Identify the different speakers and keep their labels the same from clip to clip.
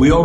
Speaker 1: We all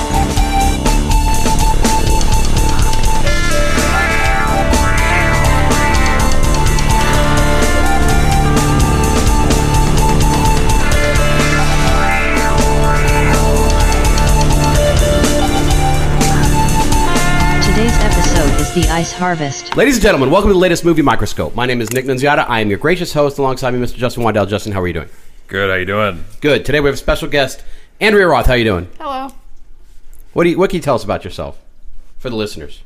Speaker 2: Today's episode is the Ice Harvest.
Speaker 3: Ladies and gentlemen, welcome to the latest Movie Microscope. My name is Nick Nunziata. I am your gracious host alongside me, Mr. Justin Waddell. Justin, how are you doing?
Speaker 4: Good. How you doing?
Speaker 3: Good. Today we have a special guest, Andrea Roth. How are you doing?
Speaker 5: Hello.
Speaker 3: What, do you, what can you tell us about yourself for the listeners?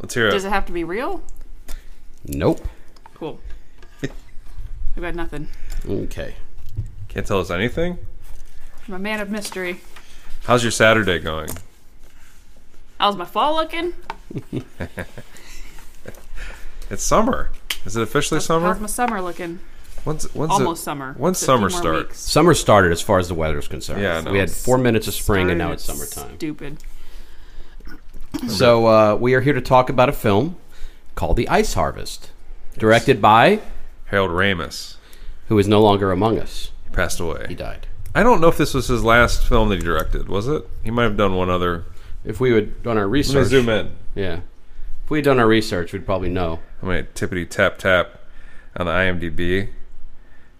Speaker 4: Let's hear it.
Speaker 5: Does it have to be real?
Speaker 3: Nope.
Speaker 5: Cool. I've got nothing.
Speaker 3: Okay.
Speaker 4: Can't tell us anything.
Speaker 5: I'm a man of mystery.
Speaker 4: How's your Saturday going?
Speaker 5: How's my fall looking?
Speaker 4: It's summer. Is it officially summer?
Speaker 5: How's my summer looking?
Speaker 4: When's, when's
Speaker 5: Almost
Speaker 4: it,
Speaker 5: summer.
Speaker 4: When's
Speaker 5: 15
Speaker 4: summer
Speaker 5: more
Speaker 4: start?
Speaker 5: weeks.
Speaker 3: Summer started as far as the weather is concerned.
Speaker 4: Yeah, I know.
Speaker 3: we had four minutes of spring and now it's
Speaker 5: Started
Speaker 3: summertime.
Speaker 5: Stupid.
Speaker 3: So uh, we are here to talk about a film called The Ice Harvest, directed by
Speaker 4: Harold Ramis
Speaker 3: who is no longer among us.
Speaker 4: passed
Speaker 3: He
Speaker 4: away.
Speaker 3: died.
Speaker 4: I don't know if this was his last film that he directed. Was it? He might have done one other.
Speaker 3: If we would done our research,
Speaker 4: Let me zoom in.
Speaker 3: yeah. If we had done our research, we'd probably know.
Speaker 4: I'm gonna tippity tap tap on the IMDb.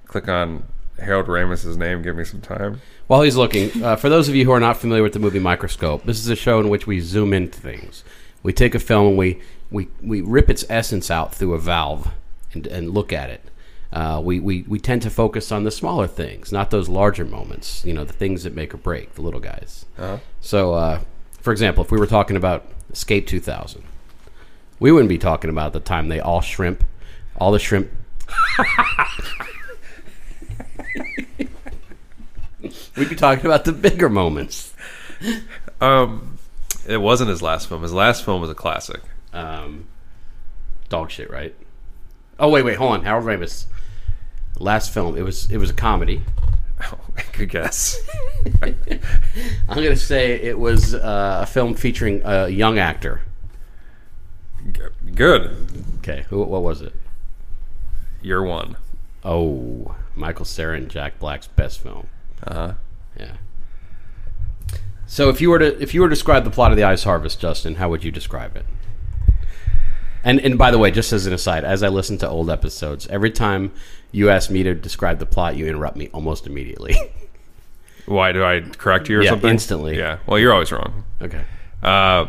Speaker 4: Click on Harold Ramis' name. Give me some time.
Speaker 3: While he's looking, uh, for those of you who are not familiar with the movie Microscope, this is a show in which we zoom into things. We take a film and we, we, we rip its essence out through a valve and, and look at it. Uh, we, we, we tend to focus on the smaller things, not those larger moments, you know, the things that make or break, the little guys. So, uh, for example, if we were talking about Escape 2000, we wouldn't be talking about the time they all shrimp, all the shrimp. We'd be talking about the bigger moments.
Speaker 4: Um, it wasn't his last film. His last film was a classic.
Speaker 3: um, dog shit, right? Oh wait, wait, hold on. Harold Ramis last film. It was it was a comedy.
Speaker 4: Good guess.
Speaker 3: I'm gonna say it was uh, a film featuring a young actor.
Speaker 4: G- Good.
Speaker 3: Okay, who what was it?
Speaker 4: You're one.
Speaker 3: Oh, Michael Cera and Jack Black's best film.
Speaker 4: Uh-huh.
Speaker 3: Yeah. So if you were to if you were to describe the plot of the Ice Harvest, Justin, how would you describe it? And and by the way, just as an aside, as I listen to old episodes, every time you ask me to describe the plot, you interrupt me almost immediately.
Speaker 4: Why do I correct you or
Speaker 3: Yeah,
Speaker 4: something?
Speaker 3: instantly.
Speaker 4: Yeah. Well, you're always wrong.
Speaker 3: okay.
Speaker 4: Uh,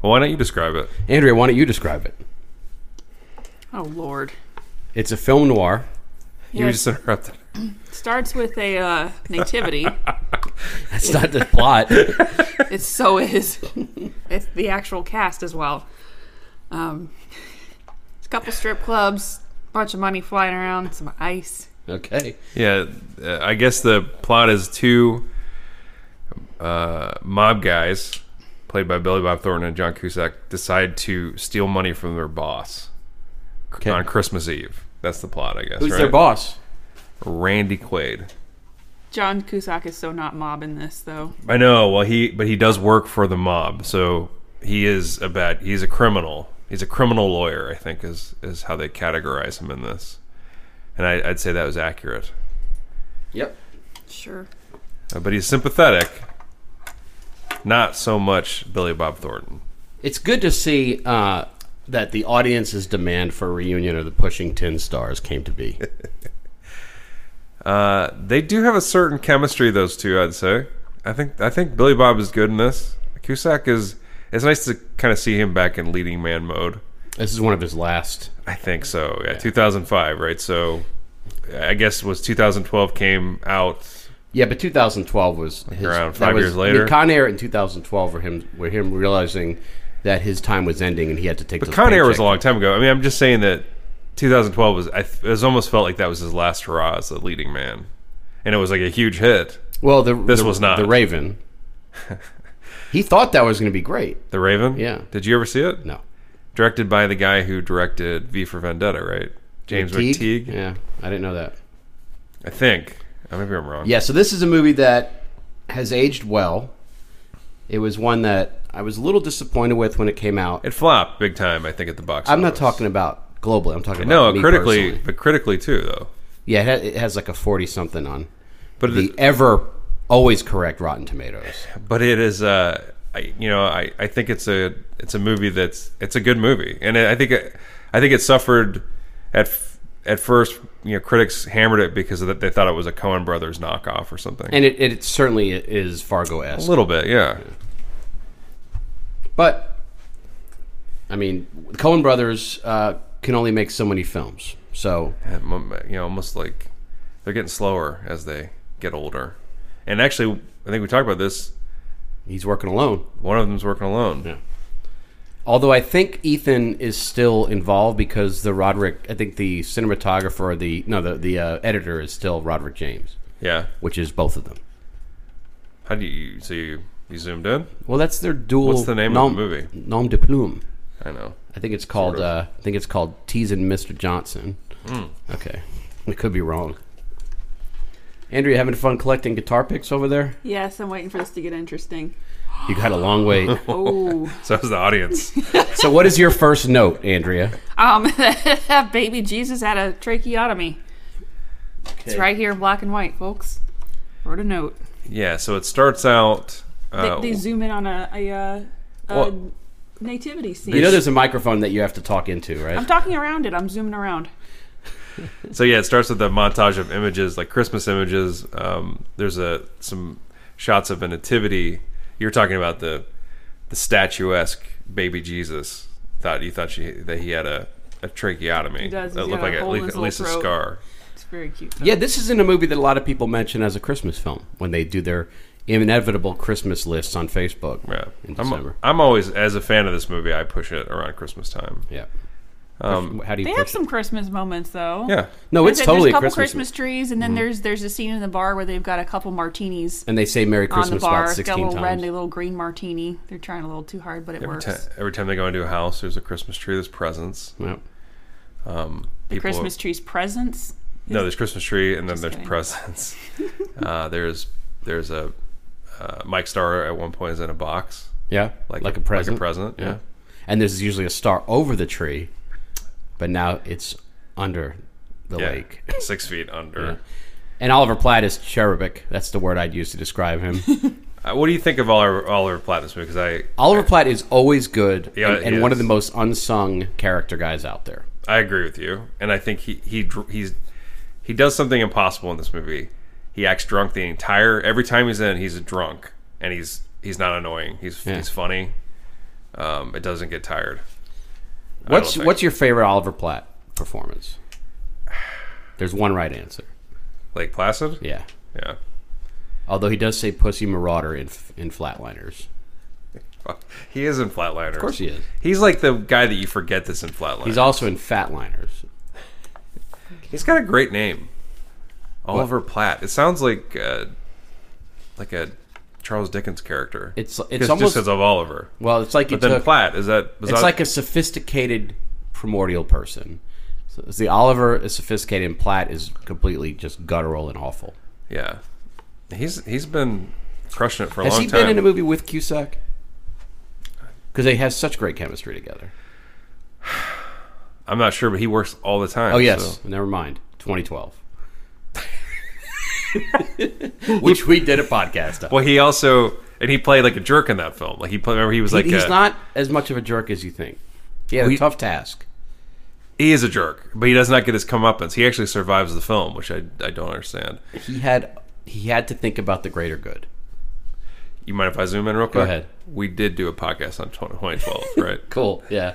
Speaker 4: well, why don't you describe it?
Speaker 3: Andrea, why don't you describe it?
Speaker 5: Oh lord.
Speaker 3: It's a film noir.
Speaker 4: You
Speaker 5: Yeah,
Speaker 4: just interrupted.
Speaker 5: starts with a uh, nativity.
Speaker 3: That's not the plot.
Speaker 5: it so is. It's the actual cast as well. Um, it's a couple strip clubs, bunch of money flying around, some ice.
Speaker 3: Okay.
Speaker 4: Yeah, uh, I guess the plot is two uh, mob guys, played by Billy Bob Thornton and John Cusack, decide to steal money from their boss
Speaker 3: Okay.
Speaker 4: on Christmas Eve. That's the plot, I guess.
Speaker 3: Who's
Speaker 4: right?
Speaker 3: their boss?
Speaker 4: Randy Quaid.
Speaker 5: John Cusack is so not mob in this though.
Speaker 4: I know. Well, he but he does work for the mob, so he is a bad. He's a criminal. He's a criminal lawyer. I think is is how they categorize him in this, and I, I'd say that was accurate.
Speaker 3: Yep.
Speaker 5: Sure.
Speaker 4: Uh, but he's sympathetic. Not so much Billy Bob Thornton.
Speaker 3: It's good to see uh, that the audience's demand for a reunion of the Pushing Tin Stars came to be.
Speaker 4: Uh, they do have a certain chemistry, those two. I'd say. I think I think Billy Bob is good in this. Cusack is It's nice to kind of see him back in leading man mode.
Speaker 3: This is one of his last.
Speaker 4: I think so. Yeah, 2005, right? So I guess was 2012 came out.
Speaker 3: Yeah, but 2012 was his,
Speaker 4: around
Speaker 3: that
Speaker 4: five
Speaker 3: was-
Speaker 4: years later?
Speaker 3: Con Air in 2012 were him were him realizing that his time was ending and he had to take.
Speaker 4: But
Speaker 3: those
Speaker 4: Con Air was
Speaker 3: paychecks.
Speaker 4: a long time ago. I mean, I'm just saying that 2012 was. I th- it was almost felt like that was his last hurrah as a leading man, and it was like a huge hit.
Speaker 3: Well, the,
Speaker 4: This
Speaker 3: the-
Speaker 4: was not.
Speaker 3: the Raven. he thought that was going to be great.
Speaker 4: The Raven.
Speaker 3: Yeah.
Speaker 4: Did you ever see it?
Speaker 3: No,
Speaker 4: Directed by the guy who directed V for Vendetta, right? James McTeague.
Speaker 3: Yeah, I didn't know that.
Speaker 4: I think. I maybe I'm wrong.
Speaker 3: Yeah, so this is a movie that has aged well. It was one that I was a little disappointed with when it came out.
Speaker 4: It flopped big time. I think at the box.
Speaker 3: I'm not
Speaker 4: office.
Speaker 3: talking about globally. I'm talking about
Speaker 4: No,
Speaker 3: me
Speaker 4: critically,
Speaker 3: personally.
Speaker 4: but critically too, though.
Speaker 3: Yeah, it, ha- it has like a forty something on
Speaker 4: But
Speaker 3: the
Speaker 4: it,
Speaker 3: ever always correct Rotten Tomatoes.
Speaker 4: but it is uh I, you know I, I think it's a it's a movie that's it's a good movie and I think it, I think it suffered at f- at first you know critics hammered it because of that they thought it was a Coen Brothers knockoff or something
Speaker 3: And it, it certainly is Fargo
Speaker 4: a
Speaker 3: esque.
Speaker 4: little bit yeah
Speaker 3: But I mean, the Coen Brothers uh, can only make so many films. So
Speaker 4: And mo- you know almost like they're getting slower as they get older and actually I think we talked about this
Speaker 3: he's working alone.
Speaker 4: one of them's working alone
Speaker 3: Yeah. Although I think Ethan is still involved because the Roderick, I think the cinematographer, or the no, the the uh, editor is still Roderick James,
Speaker 4: yeah
Speaker 3: which is both of them.
Speaker 4: how do you so you, you zoomed in
Speaker 3: Well, that's their dual.
Speaker 4: What's the name of the movie?
Speaker 3: Nom de plume.
Speaker 4: I know
Speaker 3: I think it's called.
Speaker 4: Sort of. Hmm.
Speaker 3: Uh, I think it's called Teasing Mr. Johnson. Okay, we could be wrong. Andrea, having fun collecting guitar picks over there?
Speaker 5: Yes, I'm waiting for this to get interesting.
Speaker 3: You got a long wait.
Speaker 5: Oh,
Speaker 4: so was the audience
Speaker 3: so, what is your first note, Andrea?
Speaker 5: um, baby Jesus had a tracheotomy. It's right here in black and white, folks. Wrote a note.
Speaker 4: yeah so it starts out
Speaker 5: They,
Speaker 4: uh,
Speaker 5: they zoom in on a, a, uh a
Speaker 4: Well-
Speaker 5: nativity scene.
Speaker 3: You know, there's a microphone that you have to talk into, right?
Speaker 5: I'm talking around it. I'm zooming around.
Speaker 4: So yeah, it starts with a montage of images, like Christmas images. Um, there's a some shots of a nativity. You were talking about the the statuesque baby Jesus. Thought you thought she that he had a, a tracheotomy.
Speaker 5: He does.
Speaker 4: That
Speaker 5: He's
Speaker 4: looked
Speaker 5: got a
Speaker 4: like at
Speaker 5: hole in
Speaker 4: least,
Speaker 5: his
Speaker 4: at least a
Speaker 5: little throat.
Speaker 4: scar.
Speaker 5: It's very cute. though.
Speaker 3: Yeah, this isn't a movie that a lot of people mention as a Christmas film when they do their inevitable Christmas lists on Facebook
Speaker 4: Yeah.
Speaker 3: in
Speaker 4: I'm,
Speaker 3: December.
Speaker 4: I'm always as a fan of this movie, I push it around Christmas time.
Speaker 3: yeah. Um, How do you
Speaker 5: They
Speaker 3: push
Speaker 5: have
Speaker 3: it?
Speaker 5: some Christmas moments though.
Speaker 4: Yeah.
Speaker 3: No, Oh, it's
Speaker 5: There's a-
Speaker 3: totally
Speaker 5: there's
Speaker 3: Christmas.
Speaker 5: a couple
Speaker 3: Mm-hmm.
Speaker 5: Christmas trees, and then there's there's a scene in the bar where they've got a couple martinis
Speaker 3: And they say Merry
Speaker 5: on the
Speaker 3: Christmas
Speaker 5: bar.
Speaker 3: about
Speaker 5: It's got a
Speaker 3: 16
Speaker 5: little red
Speaker 3: times.
Speaker 5: and a little green martini. They're trying a little too hard, but it
Speaker 4: Every,
Speaker 5: works.
Speaker 4: ti- every time they go into a house, there's a Christmas tree. There's presents.
Speaker 3: Yeah.
Speaker 5: the Christmas tree's presents.
Speaker 4: No, there's Christmas tree, and then there's
Speaker 5: kidding.
Speaker 4: presents. uh, there's there's a uh, Mike Star at one point is in a box,
Speaker 3: Yeah. Like,
Speaker 4: Like
Speaker 3: a,
Speaker 4: a- like a
Speaker 3: present.
Speaker 4: present, yeah.
Speaker 3: And there's usually a star over the tree, but now it's under the
Speaker 4: Yeah,
Speaker 3: lake.
Speaker 4: six feet under.
Speaker 3: And Oliver Platt is cherubic. That's the word I'd use to describe him.
Speaker 4: Uh, what do you think of Oliver, Oliver Platt this movie? Because I
Speaker 3: Oliver Platt is always good
Speaker 4: Yeah,
Speaker 3: and,
Speaker 4: he
Speaker 3: and one of
Speaker 4: is.
Speaker 3: the most unsung character guys out there.
Speaker 4: I agree with you, and I think he he dr- he's he does something impossible in this movie. He acts drunk the entire every time he's in. He's a drunk, and he's he's not annoying. He's
Speaker 3: Yeah.
Speaker 4: he's funny. Um, it doesn't get tired. I don't
Speaker 3: What's
Speaker 4: think.
Speaker 3: what's your favorite Oliver Platt performance? There's one right answer.
Speaker 4: Lake Placid?
Speaker 3: Yeah.
Speaker 4: Yeah.
Speaker 3: Although he does say "pussy marauder" in in Flatliners.
Speaker 4: He is in Flatliners.
Speaker 3: Of course he is.
Speaker 4: He's like the guy that you forget that's in Flatline.
Speaker 3: He's also in Fatliners.
Speaker 4: he's got a great name, Oliver Platt. It sounds like uh, like a Charles Dickens character.
Speaker 3: It's
Speaker 4: Just-
Speaker 3: it's almost
Speaker 4: just as of Oliver.
Speaker 3: well, it's like you
Speaker 4: But then
Speaker 3: took,
Speaker 4: Platt is that? Was
Speaker 3: it's
Speaker 4: that-
Speaker 3: like a sophisticated primordial person. So it's the Oliver is sophisticated, and Platt is completely just guttural and awful.
Speaker 4: yeah. He's he's been crushing it for a
Speaker 3: Has
Speaker 4: long
Speaker 3: he
Speaker 4: time.
Speaker 3: been in a movie with Cusack? Because they have such great chemistry together.
Speaker 4: I'm not sure, but he works all the time.
Speaker 3: Oh yes,
Speaker 4: so-
Speaker 3: never mind. 2012, which we did a podcast on.
Speaker 4: Well, he also and he played like a jerk in that film. Like he played, remember he was like
Speaker 3: he's
Speaker 4: a-
Speaker 3: not as much of a jerk as you think. He had a
Speaker 4: We-
Speaker 3: tough task.
Speaker 4: he is a jerk, but he does not get his comeuppance. He actually survives the film, which I I don't understand.
Speaker 3: He had he had to think about the greater good.
Speaker 4: You mind if I zoom in real quick?
Speaker 3: ahead.
Speaker 4: We did do a podcast on 2012, right?
Speaker 3: Cool. Yeah.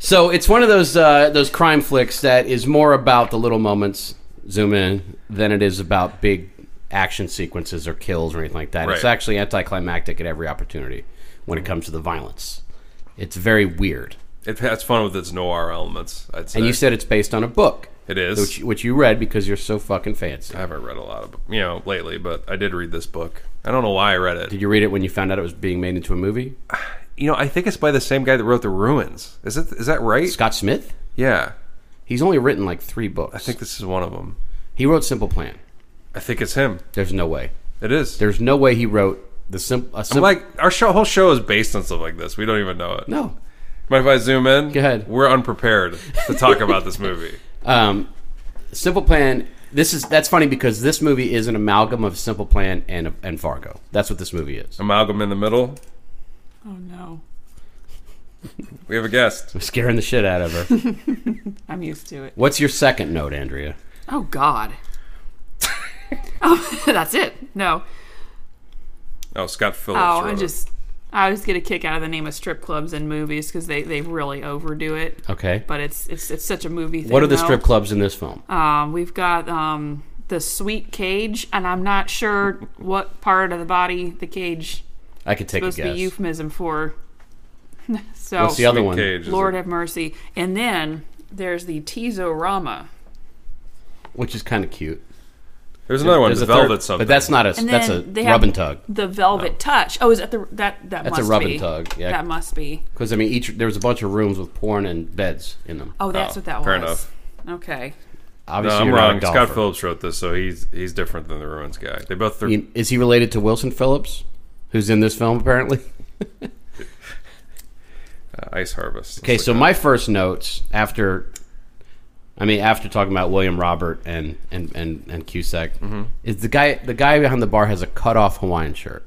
Speaker 3: So it's one of those uh, those crime flicks that is more about the little moments, zoom in, than it is about big action sequences or kills or anything like that. It's
Speaker 4: Right.
Speaker 3: actually anticlimactic at every opportunity when it comes to the violence. It's very weird.
Speaker 4: It has fun with its noir elements. I'd say
Speaker 3: And you said it's based on a book,
Speaker 4: it is.
Speaker 3: which, which you read because you're so fucking fancy.
Speaker 4: I haven't read a lot of you know lately, but I did read this book. I don't know why I read it.
Speaker 3: Did you read it when you found out it was being made into a movie?
Speaker 4: you know, I think it's by the same guy that wrote The Ruins. Is it? Is that right?
Speaker 3: Scott Smith?
Speaker 4: Yeah,
Speaker 3: He's only written like three books.
Speaker 4: I think this is one of them.
Speaker 3: he wrote Simple Plan.
Speaker 4: I think it's him.
Speaker 3: There's no way.
Speaker 4: It is.
Speaker 3: There's no way he wrote the sim- a
Speaker 4: I'm
Speaker 3: simple.
Speaker 4: like our show, whole show is based on stuff like this. We don't even know it.
Speaker 3: no.
Speaker 4: Mind if I zoom in?
Speaker 3: Go ahead.
Speaker 4: We're unprepared to talk about this movie.
Speaker 3: Um, Simple Plan. This is that's funny because this movie is an amalgam of Simple Plan and and Fargo. That's what this movie is.
Speaker 4: Amalgam in the middle.
Speaker 5: Oh no,
Speaker 4: We have a guest.
Speaker 3: I'm scaring the shit out of her.
Speaker 5: I'm used to it.
Speaker 3: What's your second note, Andrea?
Speaker 5: Oh God. oh, that's it. No.
Speaker 4: Oh, Scott Phillips.
Speaker 5: Oh, I
Speaker 4: wrote it.
Speaker 5: just I just get a kick out of the name of strip clubs and movies because they they really overdo it.
Speaker 3: Okay.
Speaker 5: But it's it's it's such a movie. Thing,
Speaker 3: What are the
Speaker 5: though.
Speaker 3: strip clubs in this film?
Speaker 5: Um, we've got um the sweet cage, and I'm not sure what part of the body the cage
Speaker 3: I could take a
Speaker 5: supposed to be
Speaker 3: guess.
Speaker 5: euphemism for. so
Speaker 3: What's the other
Speaker 4: Sweet
Speaker 3: one?
Speaker 4: Cage, is
Speaker 5: Lord
Speaker 4: it?
Speaker 5: have mercy. And then there's the Tizorama.
Speaker 3: Which is kind of cute.
Speaker 4: There's another one.
Speaker 3: There's
Speaker 4: the
Speaker 3: a third-
Speaker 4: Velvet something.
Speaker 3: But that's not a
Speaker 5: And
Speaker 3: that's a
Speaker 5: then they
Speaker 3: rub
Speaker 5: have
Speaker 3: and tug.
Speaker 5: The Velvet Touch. Oh, is that the that that
Speaker 3: That's a
Speaker 5: must
Speaker 3: rub
Speaker 5: be.
Speaker 3: and tug, yeah.
Speaker 5: That must be.
Speaker 3: Because I mean, each there was a bunch of rooms with porn and beds in them.
Speaker 5: Oh, that's
Speaker 4: Oh,
Speaker 5: what that
Speaker 4: fair
Speaker 5: was. Okay.
Speaker 4: No,
Speaker 3: Obviously,
Speaker 4: I'm
Speaker 3: you're not a
Speaker 4: wrong. Scott
Speaker 3: golfer.
Speaker 4: Phillips wrote this, so he's he's different than the Ruins guy. They both. Th-
Speaker 3: You- Is he related to Wilson Phillips, who's in this film apparently?
Speaker 4: uh, Ice Harvest.
Speaker 3: Okay,
Speaker 4: It's
Speaker 3: so
Speaker 4: like-
Speaker 3: my first notes after, I mean, after talking about William Robert and and and and Cusack,
Speaker 4: Mm-hmm.
Speaker 3: is the guy the guy behind the bar has a cut off Hawaiian shirt.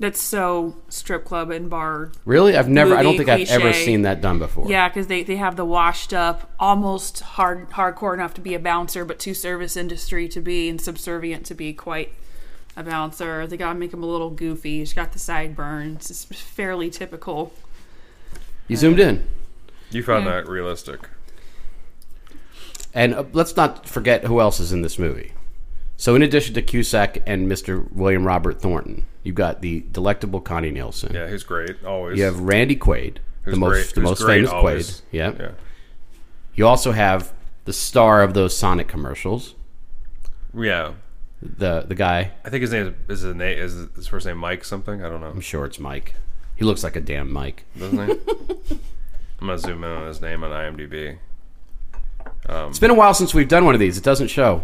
Speaker 5: That's so strip club and bar.
Speaker 3: Really, I've never. I don't
Speaker 5: Movie
Speaker 3: think I've ever
Speaker 5: cliche.
Speaker 3: seen that done before.
Speaker 5: Yeah, because they, they have the washed up, almost hard hardcore enough to be a bouncer, but too service industry to be and subservient to be quite a bouncer. They gotta make him a little goofy. He's got the sideburns. It's fairly typical.
Speaker 3: you zoomed in,
Speaker 4: you found that realistic.
Speaker 3: and uh, let's not forget who else is in this movie. So, in addition to Cusack and Mr. William Robert Thornton, you've got the delectable Connie Nielsen.
Speaker 4: Yeah, he's great always.
Speaker 3: You have Randy Quaid, the
Speaker 4: Who's
Speaker 3: most
Speaker 4: great-
Speaker 3: the
Speaker 4: who's
Speaker 3: most
Speaker 4: great
Speaker 3: famous
Speaker 4: always.
Speaker 3: Quaid. Yeah.
Speaker 4: yeah.
Speaker 3: You also have the star of those Sonic commercials,
Speaker 4: Yeah.
Speaker 3: the the guy
Speaker 4: I think his name is, is his name is his first name Mike something. I don't know.
Speaker 3: I'm sure it's Mike. He looks like a damn Mike.
Speaker 4: Doesn't he? I'm gonna zoom in on his name on IMDb.
Speaker 3: It's been a while since we've done one of these. It doesn't show.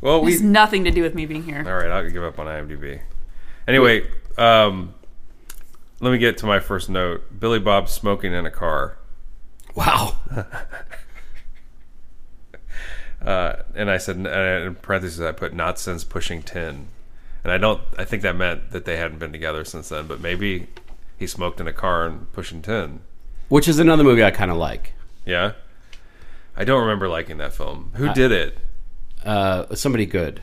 Speaker 4: Well, we
Speaker 5: It's nothing to do with me being here.
Speaker 4: All right, I'll give up on IMDb. Anyway, um, let me get to my first note. Billy Bob smoking in a car,
Speaker 3: Wow.
Speaker 4: uh, and I said and in parentheses I put not since pushing ten, and I don't. I think that meant that they hadn't been together since then, but maybe he smoked in a car and pushing ten.
Speaker 3: Which is another movie I kind of like.
Speaker 4: Yeah, I don't remember liking that film. Who did it?
Speaker 3: Uh, somebody good.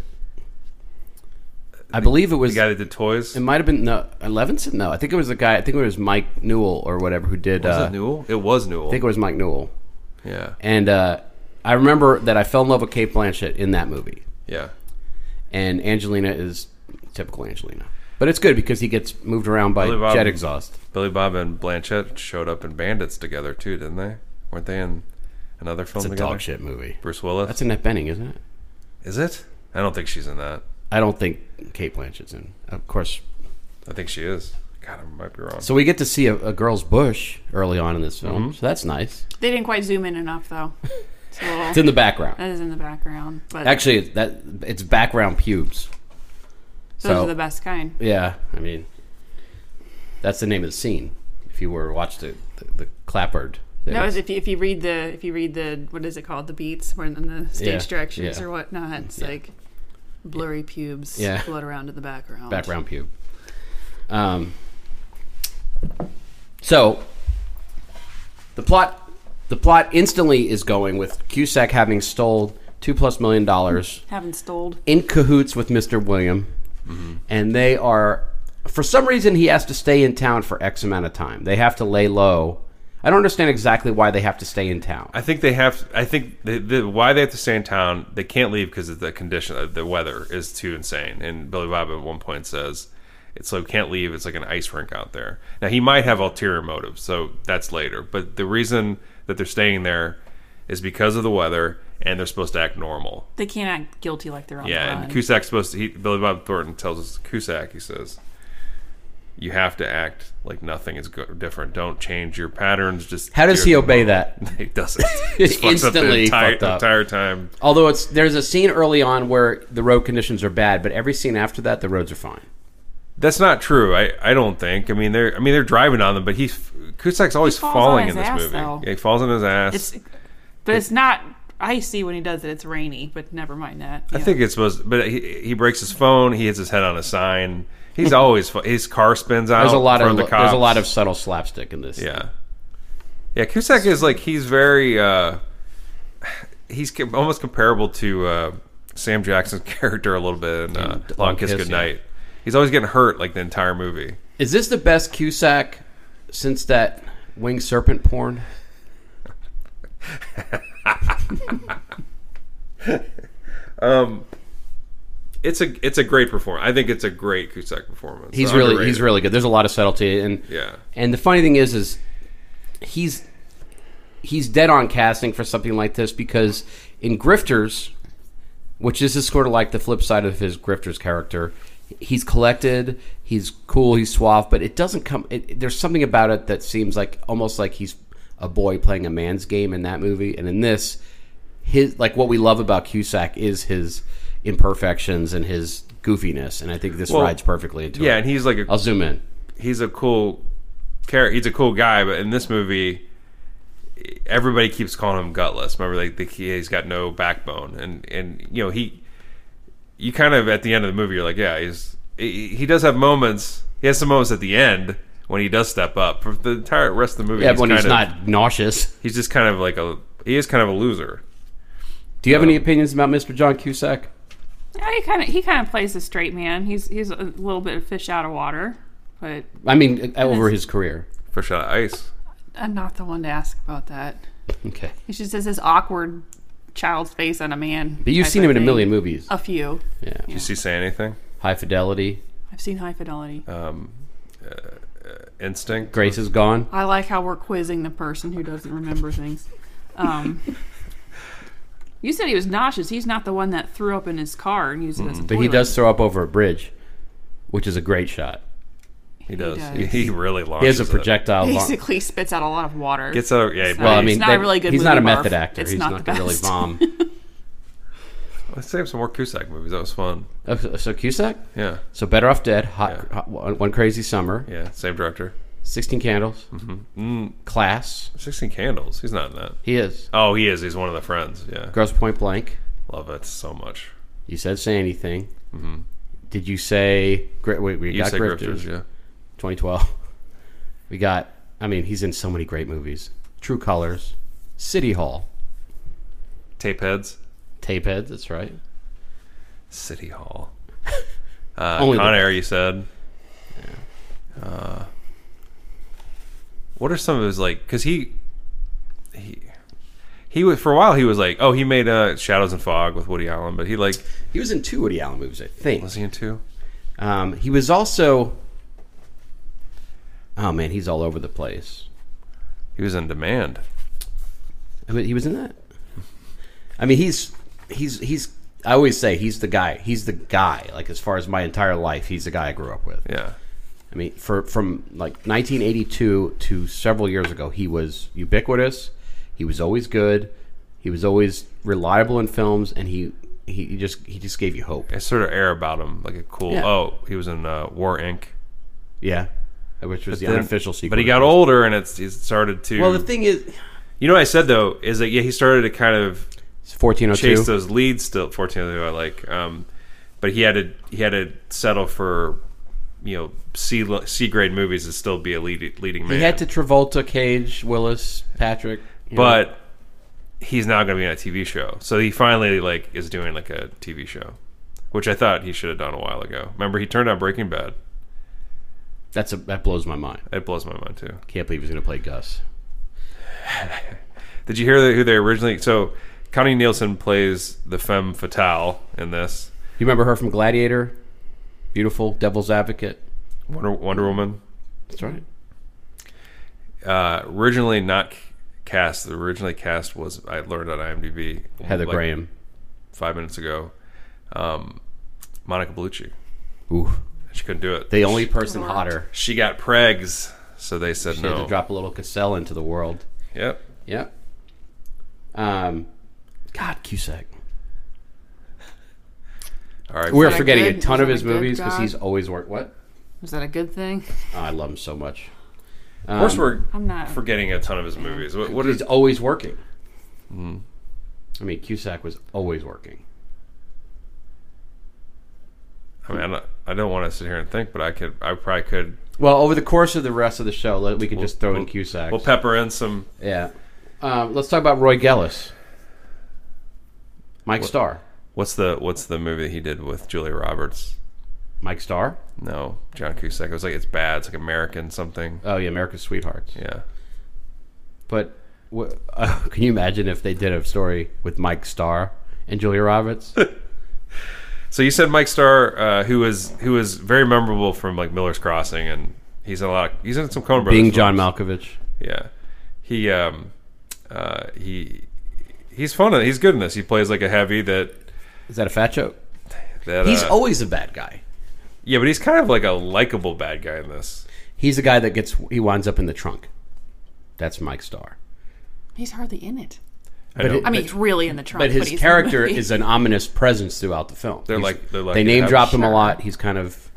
Speaker 3: I believe it was.
Speaker 4: The guy that did toys.
Speaker 3: it might have been no Levinson. No, I think it was the guy. I think it was Mike Newell or whatever who did.
Speaker 4: was
Speaker 3: uh,
Speaker 4: it Newell? It was
Speaker 3: I think
Speaker 4: Newell.
Speaker 3: it was Mike Newell.
Speaker 4: Yeah,
Speaker 3: And uh, I remember that I fell in love with Kate Blanchett in that movie.
Speaker 4: yeah.
Speaker 3: And Angelina is typical Angelina, but it's good because he gets moved around by
Speaker 4: Billy Bob-
Speaker 3: jet exhaust.
Speaker 4: Billy Bob and Blanchett showed up in Bandits together too, didn't they? Weren't they in another film
Speaker 3: It's a
Speaker 4: together?
Speaker 3: dog shit movie.
Speaker 4: Bruce Willis.
Speaker 3: That's Annette Benning, isn't it?
Speaker 4: Is it? I don't think she's in that.
Speaker 3: I don't think Kate Blanchett's in. Of course.
Speaker 4: I think she is. God, I might be wrong.
Speaker 3: So we get to see a, a girl's bush early on in this film. So that's nice.
Speaker 5: They didn't quite zoom in enough though. It's a little-
Speaker 3: It's in the background.
Speaker 5: that is in the background. But
Speaker 3: Actually, it's that it's background pubes.
Speaker 5: those
Speaker 3: so-
Speaker 5: are the best kind.
Speaker 3: Yeah, I mean, that's the name of the scene. If you were to watch the the, the clapboard.
Speaker 5: No, it's if you, if you read the if you read the what is it called the beats or in the stage
Speaker 3: Yeah,
Speaker 5: directions
Speaker 3: yeah.
Speaker 5: or whatnot, it's like blurry pubes
Speaker 3: Yeah.
Speaker 5: float around in the background.
Speaker 3: background pube. Um, so the plot the plot instantly is going with Cusack having stole two plus million dollars
Speaker 5: Haven't stole.
Speaker 3: in cahoots with Mr. William
Speaker 4: Mm-hmm.
Speaker 3: and they are for some reason he has to stay in town for X amount of time. They have to lay low. I don't understand exactly why they have to stay in town.
Speaker 4: I think they have. I think the, the, why they have to stay in town. They can't leave because of the condition. uh, The weather is too insane. And Billy Bob at one point says, "It's like can't leave. It's like an ice rink out there." Now he might have ulterior motives, so that's later. But the reason that they're staying there is because of the weather, and they're supposed to act normal.
Speaker 3: Oh
Speaker 5: They can't act guilty like they're on
Speaker 4: Yeah,
Speaker 5: the
Speaker 4: and
Speaker 5: run.
Speaker 4: Cusack's supposed to. He, Billy Bob Thornton tells us Cusack. He says, "You have to act like nothing is go- different. Don't change your patterns. Just
Speaker 3: How does
Speaker 4: do
Speaker 3: he
Speaker 4: it
Speaker 3: obey
Speaker 4: normal."
Speaker 3: that?
Speaker 4: He doesn't. He just fucks up the
Speaker 3: Instantly
Speaker 4: entire,
Speaker 3: fucked up.
Speaker 4: entire time.
Speaker 3: Although it's there's a scene early on where the road conditions are bad, but every scene after that the roads are fine.
Speaker 4: That's not true. I, I don't think. I mean they're I mean they're driving on them, but he Cusack's always
Speaker 5: falls
Speaker 4: falling
Speaker 5: on
Speaker 4: in
Speaker 5: his
Speaker 4: this
Speaker 5: ass,
Speaker 4: movie.
Speaker 5: though.
Speaker 4: Yeah, he falls on his ass.
Speaker 5: It's, but it's not icy when he does it. It's rainy, but never mind that.
Speaker 4: I think it's supposed, but he, he breaks his phone. He hits his head on a sign. He's always fu- his car spins out.
Speaker 3: There's a lot
Speaker 4: in
Speaker 3: of
Speaker 4: front Oh, the
Speaker 3: there's a lot
Speaker 4: cops.
Speaker 3: of subtle slapstick in this.
Speaker 4: Yeah. Yeah, Cusack is like he's very uh he's com- almost comparable to uh Sam Jackson's character a little bit in uh,
Speaker 3: In
Speaker 4: Long Kiss, Goodnight. He's always getting hurt like the entire movie.
Speaker 3: Is this the best Cusack since that winged serpent porn?
Speaker 4: It's a it's a great performance. I think it's a great Cusack performance.
Speaker 3: He's
Speaker 4: So
Speaker 3: really
Speaker 4: underrated.
Speaker 3: he's really good. There's a lot of subtlety and
Speaker 4: yeah.
Speaker 3: And the funny thing is, is he's he's dead on casting for something like this because in Grifters, which is sort of like the flip side of his Grifters character, he's collected, he's cool, he's suave, but it doesn't come. It, it- there's something about it that seems like almost like he's a boy playing a man's game in that movie, and in this, his like what we love about Cusack is his imperfections and his goofiness, and I think this
Speaker 4: Well,
Speaker 3: rides perfectly into
Speaker 4: Yeah,
Speaker 3: it.
Speaker 4: and he's like a
Speaker 3: I'll zoom in.
Speaker 4: he's a cool character. He's a cool guy, but in this movie, everybody keeps calling him gutless. Remember, like the, he's got no backbone, and and you know he, you kind of at the end of the movie, you're like, yeah, he's he, he does have moments. He has some moments at the end when he does step up. For the entire rest of the movie,
Speaker 3: Yeah, when he's
Speaker 4: kind of-
Speaker 3: not nauseous.
Speaker 4: he's just kind of like a he is kind of a loser.
Speaker 3: Do you have any opinions about Mr. John Cusack?
Speaker 5: Yeah, he kind of he kind of plays the straight man. He's he's a little bit of fish out of water, but
Speaker 3: I mean, uh, over his career.
Speaker 4: Fresh out of ice.
Speaker 5: I'm not the one to ask about that.
Speaker 3: Okay,
Speaker 5: He just has this awkward child's face on a man.
Speaker 3: but you've
Speaker 5: type
Speaker 3: seen him
Speaker 5: of
Speaker 3: in a
Speaker 5: thing.
Speaker 3: million movies.
Speaker 5: A few.
Speaker 3: Yeah,
Speaker 4: Did she say anything?
Speaker 3: High Fidelity,
Speaker 5: I've seen High Fidelity.
Speaker 4: Instinct.
Speaker 3: Grace is Gone.
Speaker 5: I like how we're quizzing the person who doesn't remember things. Um, you said he was nauseous. He's not the one that threw up in his car and used it as a
Speaker 3: Mm, But he
Speaker 5: toilet.
Speaker 3: does throw up over a bridge, which is a great shot.
Speaker 4: He does.
Speaker 5: does.
Speaker 4: He, he really launches.
Speaker 3: He has a
Speaker 4: it.
Speaker 3: projectile. Long,
Speaker 5: Basically, spits out a lot of water.
Speaker 4: Gets out. Yeah. he-
Speaker 5: Well,
Speaker 3: well, I
Speaker 5: it's
Speaker 3: mean,
Speaker 5: not
Speaker 3: they-
Speaker 5: a really good
Speaker 3: He's not a
Speaker 5: movie
Speaker 3: method
Speaker 5: barf.
Speaker 3: actor.
Speaker 5: It's
Speaker 3: he's
Speaker 5: not
Speaker 3: not
Speaker 5: the
Speaker 3: gonna really
Speaker 5: best.
Speaker 3: bomb.
Speaker 4: Let's save some more Cusack movies. That was fun.
Speaker 3: Oh, so Cusack.
Speaker 4: Yeah.
Speaker 3: So Better Off Dead, Hot, Hot- One One Crazy Summer,
Speaker 4: Yeah, same director.
Speaker 3: Sixteen Candles, Mm. Class.
Speaker 4: Sixteen Candles. He's not in that.
Speaker 3: He is
Speaker 4: Oh, he is. He's one of the friends. Yeah,
Speaker 3: Girls Point Blank.
Speaker 4: love it so much.
Speaker 3: You said say anything. Did you say? Gri- Wait, we
Speaker 4: Mm-hmm. You
Speaker 3: got
Speaker 4: say
Speaker 3: grifters.
Speaker 4: grifters, yeah.
Speaker 3: 2012. We got, I mean, he's in so many great movies True Colors, City Hall,
Speaker 4: Tape heads.
Speaker 3: Tapehead, that's right.
Speaker 4: City Hall. Uh,
Speaker 3: Only
Speaker 4: Con
Speaker 3: the-
Speaker 4: Air. You said. Uh, what are some of his like? Because he, he, he was for a while. He was like, oh, he made uh, Shadows and Fog with Woody Allen, but he like
Speaker 3: He was in two Woody Allen movies, I think.
Speaker 4: was he in two?
Speaker 3: Um, he was also, oh man, he's all over the place.
Speaker 4: He was in Demand.
Speaker 3: I mean, he was in that. I mean, he's, he's, he's, I always say he's the guy. He's the guy. Like, as far as my entire life, he's the guy I grew up with.
Speaker 4: Yeah,
Speaker 3: I mean, for from like 1982 to several years ago, he was ubiquitous. He was always good. He was always reliable in films, and he he, he just he just gave you hope.
Speaker 4: a sort of air about him, like a cool.
Speaker 3: Yeah.
Speaker 4: Oh, he was in uh, War Inc.
Speaker 3: Yeah, Uh, which was the
Speaker 4: Then-
Speaker 3: unofficial sequel.
Speaker 4: But he
Speaker 3: to
Speaker 4: got
Speaker 3: this.
Speaker 4: older, and it's he started to.
Speaker 3: Well, the thing is,
Speaker 4: you know, what I said though is that yeah, he started to kind of
Speaker 3: it's 1402.
Speaker 4: chase those leads still. Fourteen who I like, um, but he had to he had to settle for you know C li- C grade movies to still be a lead, leading man.
Speaker 3: he had to Travolta, Cage, Willis, Patrick. you know.
Speaker 4: but he's now going to be on a TV show, so he finally like is doing like a TV show. which I thought he should have done a while ago. Remember, he turned out Breaking Bad.
Speaker 3: That's a, that blows my mind.
Speaker 4: It blows my mind too.
Speaker 3: Can't believe he's going to play Gus.
Speaker 4: Did you hear that, who they originally? So, Connie Nielsen plays the femme fatale in this
Speaker 3: You remember her from Gladiator? Beautiful, Devil's Advocate.
Speaker 4: Wonder, Wonder Woman.
Speaker 3: That's right.
Speaker 4: Uh, originally not c- cast. The originally cast was I learned on IMDb
Speaker 3: Heather
Speaker 4: like,
Speaker 3: Graham.
Speaker 4: five minutes ago. Um, Monica Bellucci.
Speaker 3: Ooh,
Speaker 4: She couldn't do it.
Speaker 3: the only person hotter.
Speaker 4: she got pregs, so they said
Speaker 3: She had
Speaker 4: no.
Speaker 3: to drop a little Cassell into the world.
Speaker 4: Yep.
Speaker 3: Yep. Um, God, Cusack.
Speaker 4: All right.
Speaker 3: We're
Speaker 5: that a
Speaker 3: forgetting a
Speaker 5: good-
Speaker 3: ton
Speaker 5: is
Speaker 3: of
Speaker 5: that
Speaker 3: his
Speaker 5: a good
Speaker 3: movies because
Speaker 5: guy?
Speaker 3: he's always worked. What?
Speaker 5: Is that a good thing?
Speaker 3: Oh, I love him so much.
Speaker 4: of course, we're
Speaker 5: I'm not.
Speaker 4: forgetting a ton of his movies. What, what
Speaker 3: He's
Speaker 4: is?
Speaker 3: always working. Hmm. I mean, Cusack was always working.
Speaker 4: I mean, I don't, I don't want to sit here and think, but I could. I probably could.
Speaker 3: Well, over the course of the rest of the show, let- we can just throw in Cusack.
Speaker 4: We'll pepper in some.
Speaker 3: yeah. Um, let's talk about Roy Gellis. Mike Starr.
Speaker 4: What's the What's the movie that he did with Julia Roberts?
Speaker 3: Mike Starr?
Speaker 4: No, John Cusack. It was like it's bad. It's like American something.
Speaker 3: Oh, yeah, America's Sweethearts.
Speaker 4: Yeah.
Speaker 3: But wh- uh, can you imagine if they did a story with Mike Starr and Julia Roberts?
Speaker 4: So you said Mike Starr, uh, who was who was very memorable from like Miller's Crossing, and he's in a lot. Of, he's in some Coen Brothers.
Speaker 3: Being John
Speaker 4: films.
Speaker 3: Malkovich.
Speaker 4: Yeah, he um, uh, he he's fun. in- He's good in this. He plays like a heavy that
Speaker 3: Is that a fat joke?
Speaker 4: that.
Speaker 3: He's
Speaker 4: uh,
Speaker 3: always a bad guy.
Speaker 4: yeah, but he's kind of like a likable bad guy in this.
Speaker 3: He's the guy that gets, he winds up in the trunk. That's Mike Starr.
Speaker 5: He's hardly in it.
Speaker 4: I know.
Speaker 5: I mean, he's really in the trunk.
Speaker 3: But his
Speaker 5: he's
Speaker 3: character is an ominous presence throughout the film.
Speaker 4: They're
Speaker 3: He's-
Speaker 4: like- they're like-
Speaker 3: they name
Speaker 4: yeah,
Speaker 3: drop him a
Speaker 4: sure.
Speaker 3: lot. He's kind of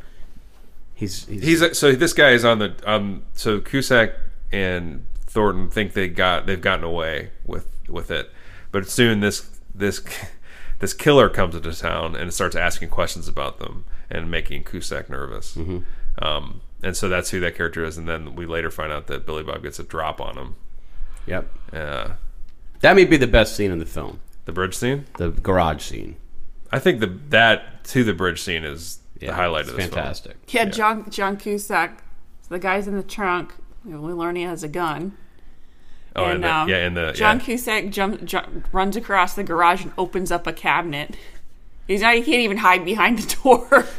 Speaker 3: he's he's,
Speaker 4: he's a- so this guy is on the um. So Cusack and Thornton think they got they've gotten away with with it, but soon this this this killer comes into town and starts asking questions about them and making Cusack nervous.
Speaker 3: Mm-hmm.
Speaker 4: Um, and so that's who that character is, and then we later find out that Billy Bob gets a drop on him.
Speaker 3: yep.
Speaker 4: Uh,
Speaker 3: That may be the best scene in the film,
Speaker 4: the bridge scene.
Speaker 3: the garage scene.
Speaker 4: I think the that to the bridge scene is the highlight
Speaker 3: it's
Speaker 4: of this film.
Speaker 3: fantastic.
Speaker 5: Yeah, John John Cusack. So the guy's in the trunk. We learn he has a gun.
Speaker 4: Oh, and, the,
Speaker 5: um,
Speaker 4: yeah, and the
Speaker 5: John
Speaker 4: yeah.
Speaker 5: Cusack jump, ju- runs across the garage and opens up a cabinet. He's not. He can't even hide behind the door.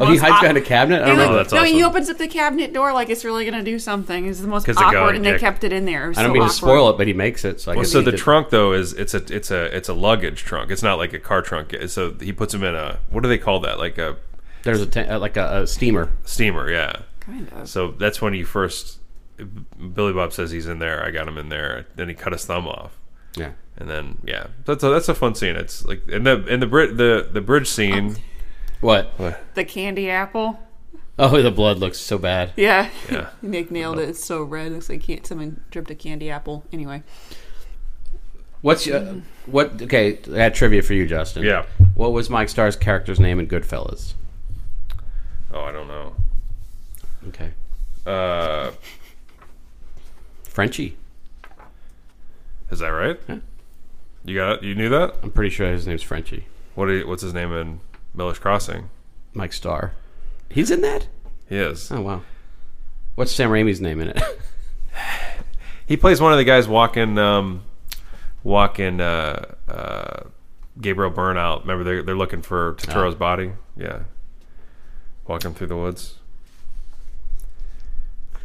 Speaker 3: Oh, he hides behind a cabinet. I don't
Speaker 5: no,
Speaker 3: know.
Speaker 4: that's
Speaker 5: no, he
Speaker 4: awesome.
Speaker 5: opens up the cabinet door like it's really gonna do something. It's the most
Speaker 4: 'Cause the
Speaker 5: awkward,
Speaker 4: guy-
Speaker 5: and they
Speaker 4: yeah.
Speaker 5: kept it in there. It was
Speaker 3: I don't
Speaker 5: so
Speaker 3: mean
Speaker 5: awkward.
Speaker 3: to spoil it, but he makes it. So, I
Speaker 4: Well,
Speaker 3: guess
Speaker 4: so
Speaker 3: he
Speaker 4: the
Speaker 3: did-
Speaker 4: trunk though is it's a it's a it's a luggage trunk. It's not like a car trunk. So he puts him in a what do they call that? Like a
Speaker 3: there's a ta- uh, like a, a steamer.
Speaker 4: steamer, yeah.
Speaker 5: Kind of.
Speaker 4: So that's when he first Billy Bob says he's in there. I got him in there. Then he cut his thumb off,
Speaker 3: Yeah,
Speaker 4: and then yeah, that's a, that's a fun scene. It's like in the in the bri- the the bridge scene.
Speaker 3: what?
Speaker 5: The candy apple.
Speaker 3: Oh, the blood looks so bad.
Speaker 5: Yeah.
Speaker 4: Yeah.
Speaker 5: Nick nailed it. It's so red. Looks like can't, someone dripped a candy apple. Anyway,
Speaker 3: What's uh, what? Okay, I had trivia for you, Justin.
Speaker 4: Yeah.
Speaker 3: What was Mike Starr's character's name in Goodfellas?
Speaker 4: Oh, I don't know.
Speaker 3: Okay,
Speaker 4: Uh,
Speaker 3: Frenchie.
Speaker 4: is that right? You got it? You knew that?
Speaker 3: I'm pretty sure his name's Frenchie.
Speaker 4: What i- what's his name in Miller's Crossing?
Speaker 3: Mike Starr. He's in that?
Speaker 4: He is.
Speaker 3: Oh wow. What's Sam Raimi's name in it?
Speaker 4: He plays one of the guys walking, um, walking uh, uh, Gabriel Burnout. Remember, they're, they're looking for Totoro's body. Yeah, walking through the woods.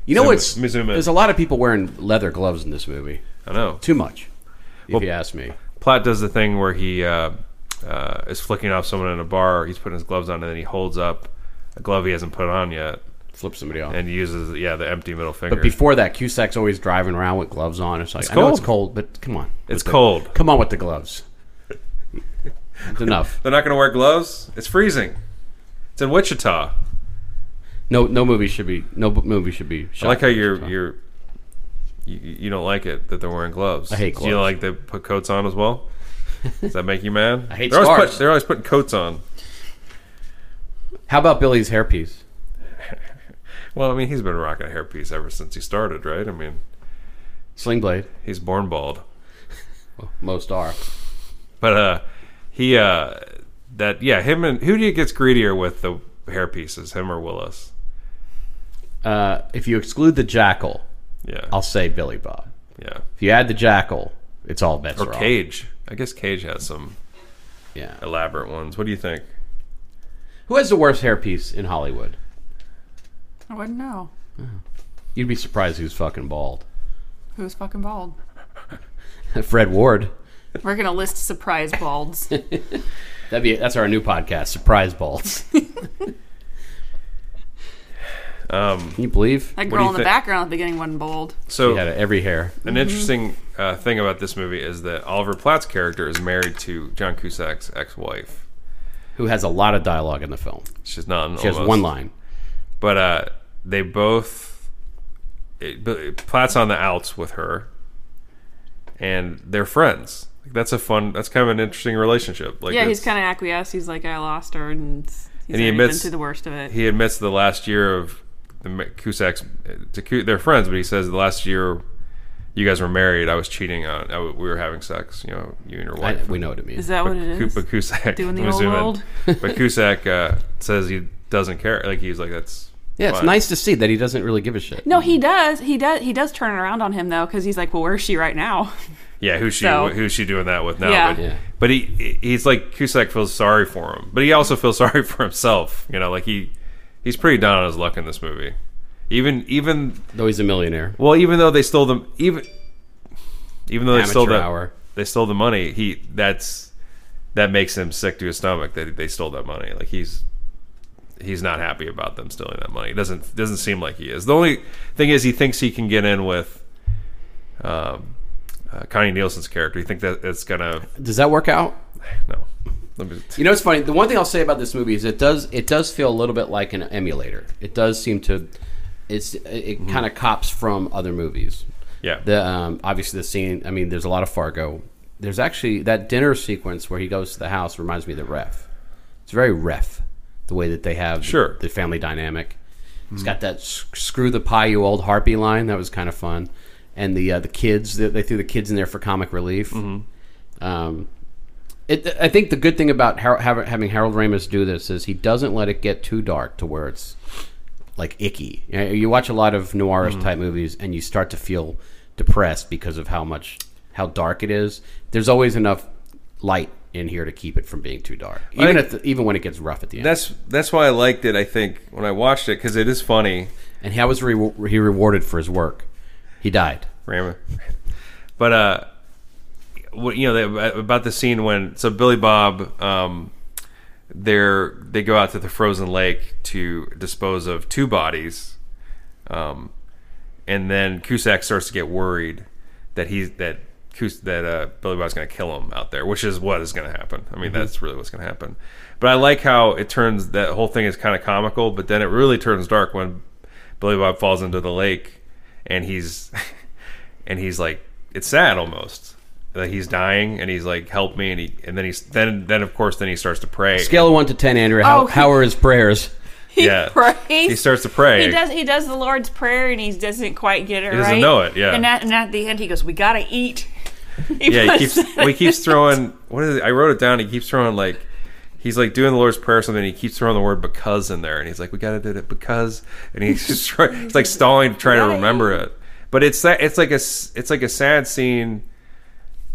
Speaker 3: You know
Speaker 4: Zoom
Speaker 3: what's
Speaker 4: in. Let me zoom in.
Speaker 3: there's a lot of people wearing leather gloves in this movie.
Speaker 4: I know.
Speaker 3: Too much. If
Speaker 4: Well-
Speaker 3: you ask me.
Speaker 4: Platt does the thing where he uh, uh, is flicking off someone in a bar. He's putting his gloves on, and then he holds up a glove he hasn't put on yet,
Speaker 3: Flip somebody off.
Speaker 4: and he uses yeah the empty middle finger.
Speaker 3: but before that, Cusack's always driving around with gloves on. It's like I know it's cold, but come on.
Speaker 4: it's
Speaker 3: With the-
Speaker 4: cold.
Speaker 3: Come on with the gloves. It's enough.
Speaker 4: They're not going to wear gloves. It's freezing. It's in Wichita.
Speaker 3: No no movie should be no b- movie should be shot.
Speaker 4: I like how
Speaker 3: in
Speaker 4: you're
Speaker 3: Wichita.
Speaker 4: you're you, you don't like it that they're wearing gloves. I
Speaker 3: hate
Speaker 4: Do you
Speaker 3: gloves.
Speaker 4: like they put coats on as well? Does that make you mad? I
Speaker 3: hate
Speaker 4: they're Always
Speaker 3: scarves.
Speaker 4: put, they're always putting coats on.
Speaker 3: How about Billy's hairpiece?
Speaker 4: Well, I mean, he's been rocking a hairpiece ever since he started, right? I mean,
Speaker 3: Sling blade.
Speaker 4: he's born bald.
Speaker 3: Most are.
Speaker 4: But uh, he uh, that yeah, him and who do you gets greedier with the hair pieces, him or Willis?
Speaker 3: Uh, if you exclude the jackal,
Speaker 4: Yeah,
Speaker 3: I'll say Billy Bob.
Speaker 4: yeah,
Speaker 3: If you add the jackal, it's all bets
Speaker 4: or
Speaker 3: are off.
Speaker 4: Cage. I guess Cage has some
Speaker 3: Yeah.
Speaker 4: elaborate ones. What do you think?
Speaker 3: Who has the worst hairpiece in Hollywood?
Speaker 5: I wouldn't know.
Speaker 3: You'd be surprised who's fucking bald.
Speaker 5: Who's fucking bald?
Speaker 3: Fred Ward.
Speaker 5: We're gonna list surprise balds.
Speaker 3: That'd be that's our new podcast, Surprise Balds.
Speaker 4: Um,
Speaker 3: Can you believe?
Speaker 5: That
Speaker 4: do you
Speaker 5: girl in the
Speaker 4: thi-
Speaker 5: background at the beginning wasn't bald.
Speaker 4: so
Speaker 3: He had every hair.
Speaker 4: an interesting uh, thing about this movie is that Oliver Platt's character is married to John Cusack's ex-wife.
Speaker 3: Who has a lot of dialogue in the film?
Speaker 4: She's not.
Speaker 3: She has one line.
Speaker 4: but uh, they both it, but Platt's on the outs with her, and they're friends. Like, that's a fun. That's kind of an interesting relationship. Like
Speaker 5: Yeah, he's
Speaker 4: it's-
Speaker 5: kind of acquiesced. He's like, I lost her, and he's
Speaker 4: And he
Speaker 5: already
Speaker 4: admits-
Speaker 5: been through the worst of it.
Speaker 4: he admits the last year of the Ma- Cusack's to Cu- they're friends, but he says the last year you guys were married, I was cheating on. I, w- we were having sex. You know, you and your
Speaker 3: I,
Speaker 4: wife.
Speaker 3: we know what it means.
Speaker 5: is that what it
Speaker 4: Cu-
Speaker 5: is?
Speaker 4: but Cusack
Speaker 5: Doing the
Speaker 4: I'm
Speaker 5: old
Speaker 4: assuming.
Speaker 5: world?
Speaker 4: But Cusack uh, says he doesn't care. Like he's like that's
Speaker 3: yeah, it's
Speaker 4: fine.
Speaker 3: nice to see that he doesn't really give a shit.
Speaker 5: No, he does. He does. He does turn around on him though, because he's like, "Well, where's she right now?"
Speaker 4: Yeah, who's she?
Speaker 5: So-
Speaker 4: who's she doing that with now?
Speaker 5: Yeah.
Speaker 4: But,
Speaker 3: Yeah.
Speaker 4: but he he's like Cusack feels sorry for him, but he also feels sorry for himself. You know, like he he's pretty down on his luck in this movie. Even even
Speaker 3: Though he's a millionaire.
Speaker 4: well, even though they stole them, even even though they stole
Speaker 3: Amateur
Speaker 4: that
Speaker 3: hour.
Speaker 4: they stole the money. He that's that makes him sick to his stomach that they stole that money. Like he's he's not happy about them stealing that money. It doesn't doesn't seem like he is. The only thing is he thinks he can get in with um, uh, Connie Nielsen's character. You think that it's gonna
Speaker 3: Does that work out?
Speaker 4: no. Let me-
Speaker 3: You know, it's funny. The one thing I'll say about this movie is it does it does feel a little bit like an emulator. It does seem to it's it
Speaker 4: Mm-hmm.
Speaker 3: kind of cops from other movies.
Speaker 4: Yeah.
Speaker 3: The um, obviously the scene. I mean, there's a lot of Fargo. There's actually that dinner sequence where he goes to the house reminds me of the ref. It's very ref the way that they have
Speaker 4: Sure. Mm-hmm.
Speaker 3: the, family dynamic. It's got that s- screw the pie you old harpy line that was kind of fun, and the uh, the kids they, they threw the kids in there for comic relief.
Speaker 4: Mm-hmm.
Speaker 3: Um, it, I think the good thing about Har- hav- having Harold Ramis do this is he doesn't let it get too dark to where it's like icky. You, know, you watch a lot of noirish type movies and you start to feel depressed because of how much how dark it is. There's always enough light in here to keep it from being too dark, even at the, even when it gets rough at the end.
Speaker 4: that's that's why I liked it. I think when I watched it because it is funny.
Speaker 3: and how was re- he rewarded for his work? He died.
Speaker 4: Rama. But uh, what you know they, about the scene when so Billy Bob, um, they're they go out to the frozen lake to dispose of two bodies, um, and then Cusack starts to get worried that he's that Cus- that uh, Billy Bob's going to kill him out there, which is what is going to happen. I mean, that's really what's going to happen. But I like how it turns that whole thing is kind of comical, but then it really turns dark when Billy Bob falls into the lake and he's and he's like it's sad almost that he's dying and he's like help me and he and then he's then then of course then he starts to pray
Speaker 3: Scale of one to ten, Andrew. How,
Speaker 5: Oh, he-
Speaker 3: how are his prayers?
Speaker 5: He
Speaker 4: Yeah.
Speaker 5: prays.
Speaker 4: He starts to pray.
Speaker 5: He does. He does the Lord's prayer, and he doesn't quite get it.
Speaker 4: He doesn't
Speaker 5: right.
Speaker 4: know it, yeah.
Speaker 5: And at, and at the end, he goes, "We gotta eat." He
Speaker 4: yeah he
Speaker 5: puts
Speaker 4: keeps well, he keeps throwing what is it? I wrote it down he keeps throwing like he's like doing the Lord's prayer or something and he keeps throwing the word because in there and he's like we gotta do it because and he's just trying he's like stalling to try to
Speaker 5: Right.
Speaker 4: remember it but it's that it's like a s- it's like a sad scene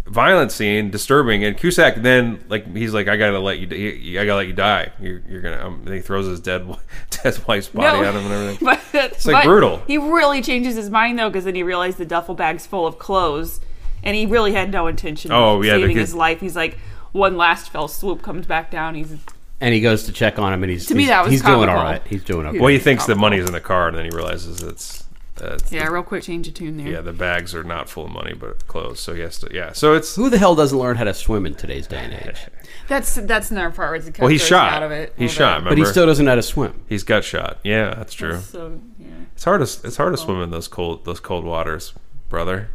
Speaker 4: violent scene disturbing and Cusack then like he's like I gotta let you di- I gotta let you die you're, you're gonna um, and he throws his dead wi- dead wife's body at him and everything
Speaker 5: But, it's
Speaker 4: like brutal.
Speaker 5: He really changes his mind though, because then he realized the duffel bag's full of clothes, and he really had no intention
Speaker 4: Oh,
Speaker 5: of
Speaker 4: yeah,
Speaker 5: saving
Speaker 4: because-
Speaker 5: his life. He's like, one last fell swoop comes back down. He's
Speaker 3: And he goes to check on him, and he's
Speaker 5: To me,
Speaker 3: he's-
Speaker 5: that was
Speaker 3: he's doing all
Speaker 5: comical.
Speaker 3: right. He's doing okay.
Speaker 4: well he thinks the money's in the car and then he realizes it's uh, it's
Speaker 5: yeah, real quick change of tune there.
Speaker 4: Yeah, the bags are not full of money, but clothes. So he has to. Yeah, so it's
Speaker 3: Who the hell doesn't learn how to swim in today's day and age?
Speaker 5: That's that's another part where it's
Speaker 4: well, he's shot.
Speaker 5: out of it. a
Speaker 4: He's
Speaker 5: little
Speaker 4: shot.
Speaker 5: bit.
Speaker 4: Remember?
Speaker 3: But he still doesn't know how to swim.
Speaker 4: he's gut shot. Yeah, that's true.
Speaker 5: So yeah.
Speaker 4: It's hard to it's hard to swim in those cold those cold waters, brother.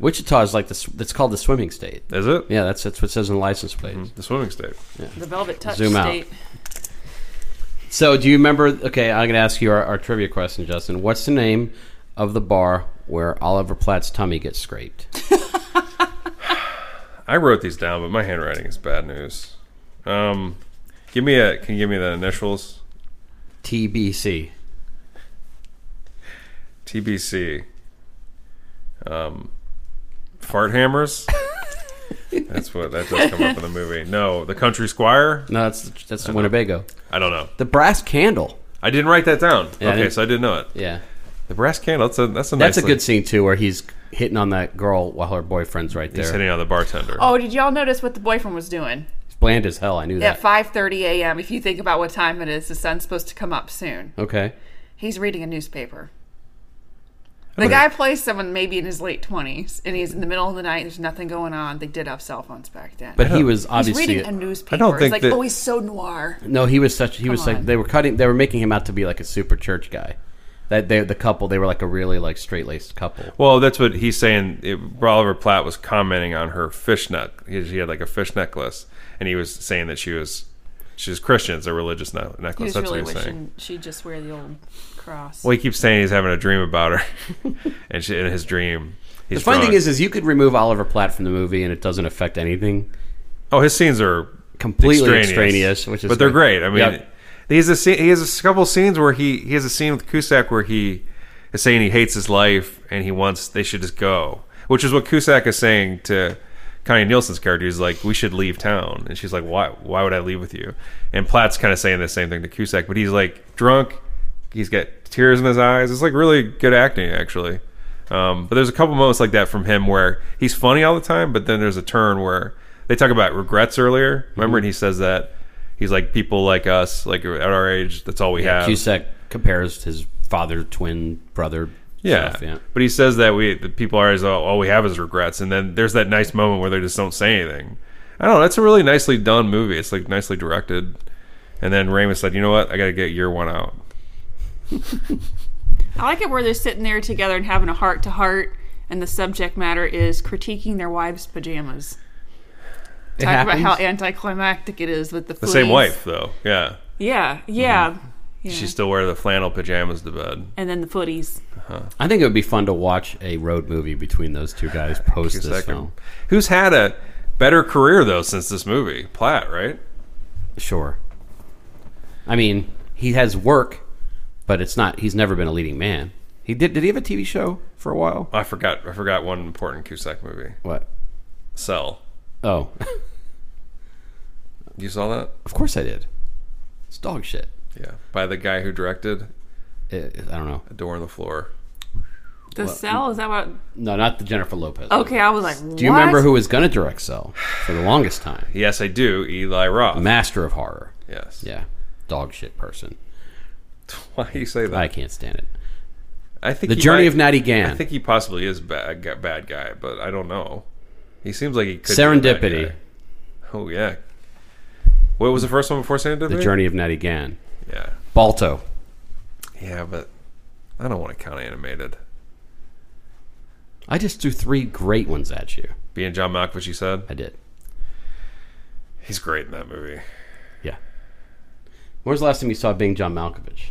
Speaker 3: Wichita is like the sw- that's called the swimming state.
Speaker 4: Is it?
Speaker 3: Yeah, that's that's what it says in the license plate.
Speaker 4: The swimming state.
Speaker 5: the velvet touch
Speaker 3: Zoom out.
Speaker 5: state.
Speaker 3: So, do you remember? Okay, I'm going to ask you our, our trivia question, Justin. What's the name of the bar where Oliver Platt's tummy gets scraped?
Speaker 4: I wrote these down, but my handwriting is bad news. Um, give me a. Can you give me the initials?
Speaker 3: TBC.
Speaker 4: TBC. Um, fart hammers. That's what that does come up in the movie. No, the country squire.
Speaker 3: No, that's that's the
Speaker 4: Uh-huh.
Speaker 3: Winnebago.
Speaker 4: I don't know.
Speaker 3: The brass candle.
Speaker 4: I didn't write that down.
Speaker 3: Yeah, I
Speaker 4: okay,
Speaker 3: didn't-
Speaker 4: so I didn't know it.
Speaker 3: Yeah,
Speaker 4: The brass candle. That's a that's a
Speaker 3: that's a
Speaker 4: nice
Speaker 3: good
Speaker 4: like-
Speaker 3: scene too, where he's hitting on that girl while her boyfriend's right
Speaker 4: He's
Speaker 3: there.
Speaker 4: hitting on the bartender.
Speaker 5: Oh, did y'all notice what the boyfriend was doing?
Speaker 3: It's bland as hell. I knew
Speaker 5: At
Speaker 3: that.
Speaker 5: 5:30 a.m. If you think about what time it is, the sun's supposed to come up soon.
Speaker 3: Okay.
Speaker 5: He's reading a newspaper. The guy plays someone maybe in his late 20s, and he's in the middle of the night. There's nothing going on. They did have cell phones back then.
Speaker 3: But he was
Speaker 5: he's
Speaker 3: obviously
Speaker 5: reading a newspaper.
Speaker 4: think
Speaker 5: he's like,
Speaker 4: that-
Speaker 5: oh, he's so noir.
Speaker 3: no. He was such. He was like
Speaker 5: on.
Speaker 3: they were cutting. They were making him out to be like a super church guy. That they the couple. They were like a really like straight laced couple.
Speaker 4: Well, that's what he's saying. It, Oliver Platt was commenting on her fishnet. He, she had like a fish necklace, and he was saying that she was she was Christian. It's a religious ne- necklace.
Speaker 5: He was
Speaker 4: that's
Speaker 5: really
Speaker 4: what he's saying.
Speaker 5: wishing she'd just wear the old cross.
Speaker 4: Well, he keeps saying he's having a dream about her, and she, in his dream, he's
Speaker 3: The funny
Speaker 4: drunk.
Speaker 3: thing is, is you could remove Oliver Platt from the movie and it doesn't affect anything.
Speaker 4: oh, his scenes are
Speaker 3: Completely
Speaker 4: extraneous,
Speaker 3: extraneous, which is
Speaker 4: but they're great. I mean,
Speaker 3: Yep.
Speaker 4: he has a scene, he has a couple scenes where he he has a scene with Cusack where he is saying he hates his life and he wants they should just go, which is what Cusack is saying to Connie Nielsen's character. He's like, we should leave town, and she's like, why why would I leave with you? And Platt's kind of saying the same thing to Cusack, but he's like drunk. He's got tears in his eyes. It's like really good acting, actually. Um, but there's a couple moments like that from him where he's funny all the time, but then there's a turn where they talk about regrets earlier. Remember,
Speaker 3: Mm-hmm.
Speaker 4: and he says that he's like people like us, like at our age, that's all we have.
Speaker 3: Cusack compares his father, twin, brother.
Speaker 4: yeah.
Speaker 3: stuff, yeah.
Speaker 4: but he says that we the people are always all, all we have is regrets, and then there's that nice moment where they just don't say anything. I don't know. That's a really nicely done movie. It's like nicely directed. And then Ramus said, "You know what? I got to get year one out."
Speaker 5: I like it where they're sitting there together and having a heart to heart, and the subject matter is critiquing their wives' pajamas.
Speaker 3: It
Speaker 5: Talk about
Speaker 3: happens.
Speaker 5: how anticlimactic it is with the
Speaker 4: The same
Speaker 5: fleas.
Speaker 4: wife, Mm-hmm. though. Yeah,
Speaker 5: Yeah, yeah. yeah.
Speaker 4: she still wears the flannel pajamas to bed.
Speaker 5: and then the footies.
Speaker 3: I think it would be fun to watch a road movie between those two guys post this
Speaker 4: Cusack.
Speaker 3: film.
Speaker 4: Who's had a better career though since this movie? Platt, right?
Speaker 3: Sure. I mean, he has work, but it's not. He's never been a leading man. He did. Did he have a TV show for a while?
Speaker 4: I forgot. I forgot one important Cusack movie.
Speaker 3: What?
Speaker 4: Cell.
Speaker 3: Oh,
Speaker 4: You saw that?
Speaker 3: of course I did. It's dog shit.
Speaker 4: Yeah. By the guy who directed
Speaker 3: It, I don't know.
Speaker 4: A Door on the Floor.
Speaker 5: The cell is that what?
Speaker 3: No, not the Jennifer Lopez.
Speaker 5: Okay, I was like,
Speaker 3: Do you
Speaker 5: what?
Speaker 3: remember who was going to direct Cell for the longest time?
Speaker 4: Yes, I do. Eli Roth.
Speaker 3: Master of horror.
Speaker 4: yes.
Speaker 3: Yeah, dog shit person.
Speaker 4: Why do you say that?
Speaker 3: I can't stand it.
Speaker 4: I think
Speaker 3: The
Speaker 4: he
Speaker 3: Journey
Speaker 4: might-
Speaker 3: of Natty Gann.
Speaker 4: I think he possibly is bad gu- bad guy, but I don't know. He seems like he could be a bad
Speaker 3: Serendipity.
Speaker 4: guy. Oh yeah. What was the first one before Serendipity?
Speaker 3: The Journey of Natty Gann.
Speaker 4: Yeah.
Speaker 3: Balto.
Speaker 4: Yeah, but I don't want to count animated.
Speaker 3: I just threw three great ones at you.
Speaker 4: Being John Malkovich, you said
Speaker 3: I did.
Speaker 4: he's great in that movie.
Speaker 3: Yeah. When was the last time you saw Bing John Malkovich?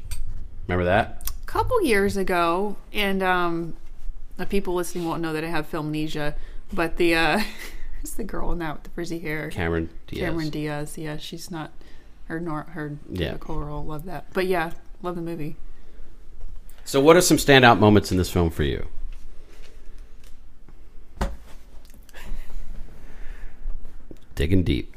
Speaker 3: Remember that?
Speaker 5: couple years ago, and um, the people listening won't know that I have filmnesia, but the uh, it's the girl in that with the frizzy hair,
Speaker 3: Cameron Diaz.
Speaker 5: Cameron Diaz. Yeah, she's not her nor her
Speaker 3: Yeah.
Speaker 5: typical role. Love that, but yeah, love the movie.
Speaker 3: So, what are some standout moments in this film for you? Digging deep.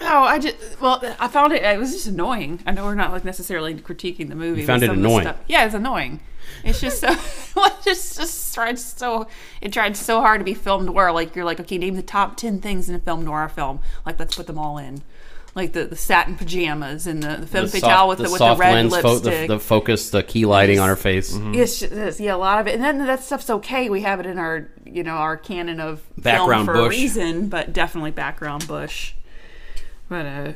Speaker 5: Oh, I just well, I found it. It was just annoying. I know we're not like necessarily critiquing the movie.
Speaker 3: You found
Speaker 5: but
Speaker 3: it
Speaker 5: some of the
Speaker 3: annoying?
Speaker 5: stuff- Yeah, it's annoying. It's just so well, it just just tried so it tried so hard to be film noir. Like you're like, okay, name the top ten things in a film noir film. Like let's put them all in. Like the, the satin pajamas and the, the femme fatale with the, with the red
Speaker 3: fo-
Speaker 5: lipstick.
Speaker 3: the, the focus, the key lighting on her face.
Speaker 5: It's just, it's- yeah, a lot of it, and then that stuff's okay. We have it in our, you know, our canon of film
Speaker 3: Background
Speaker 5: for
Speaker 3: bush.
Speaker 5: a reason, but definitely background bush. But uh,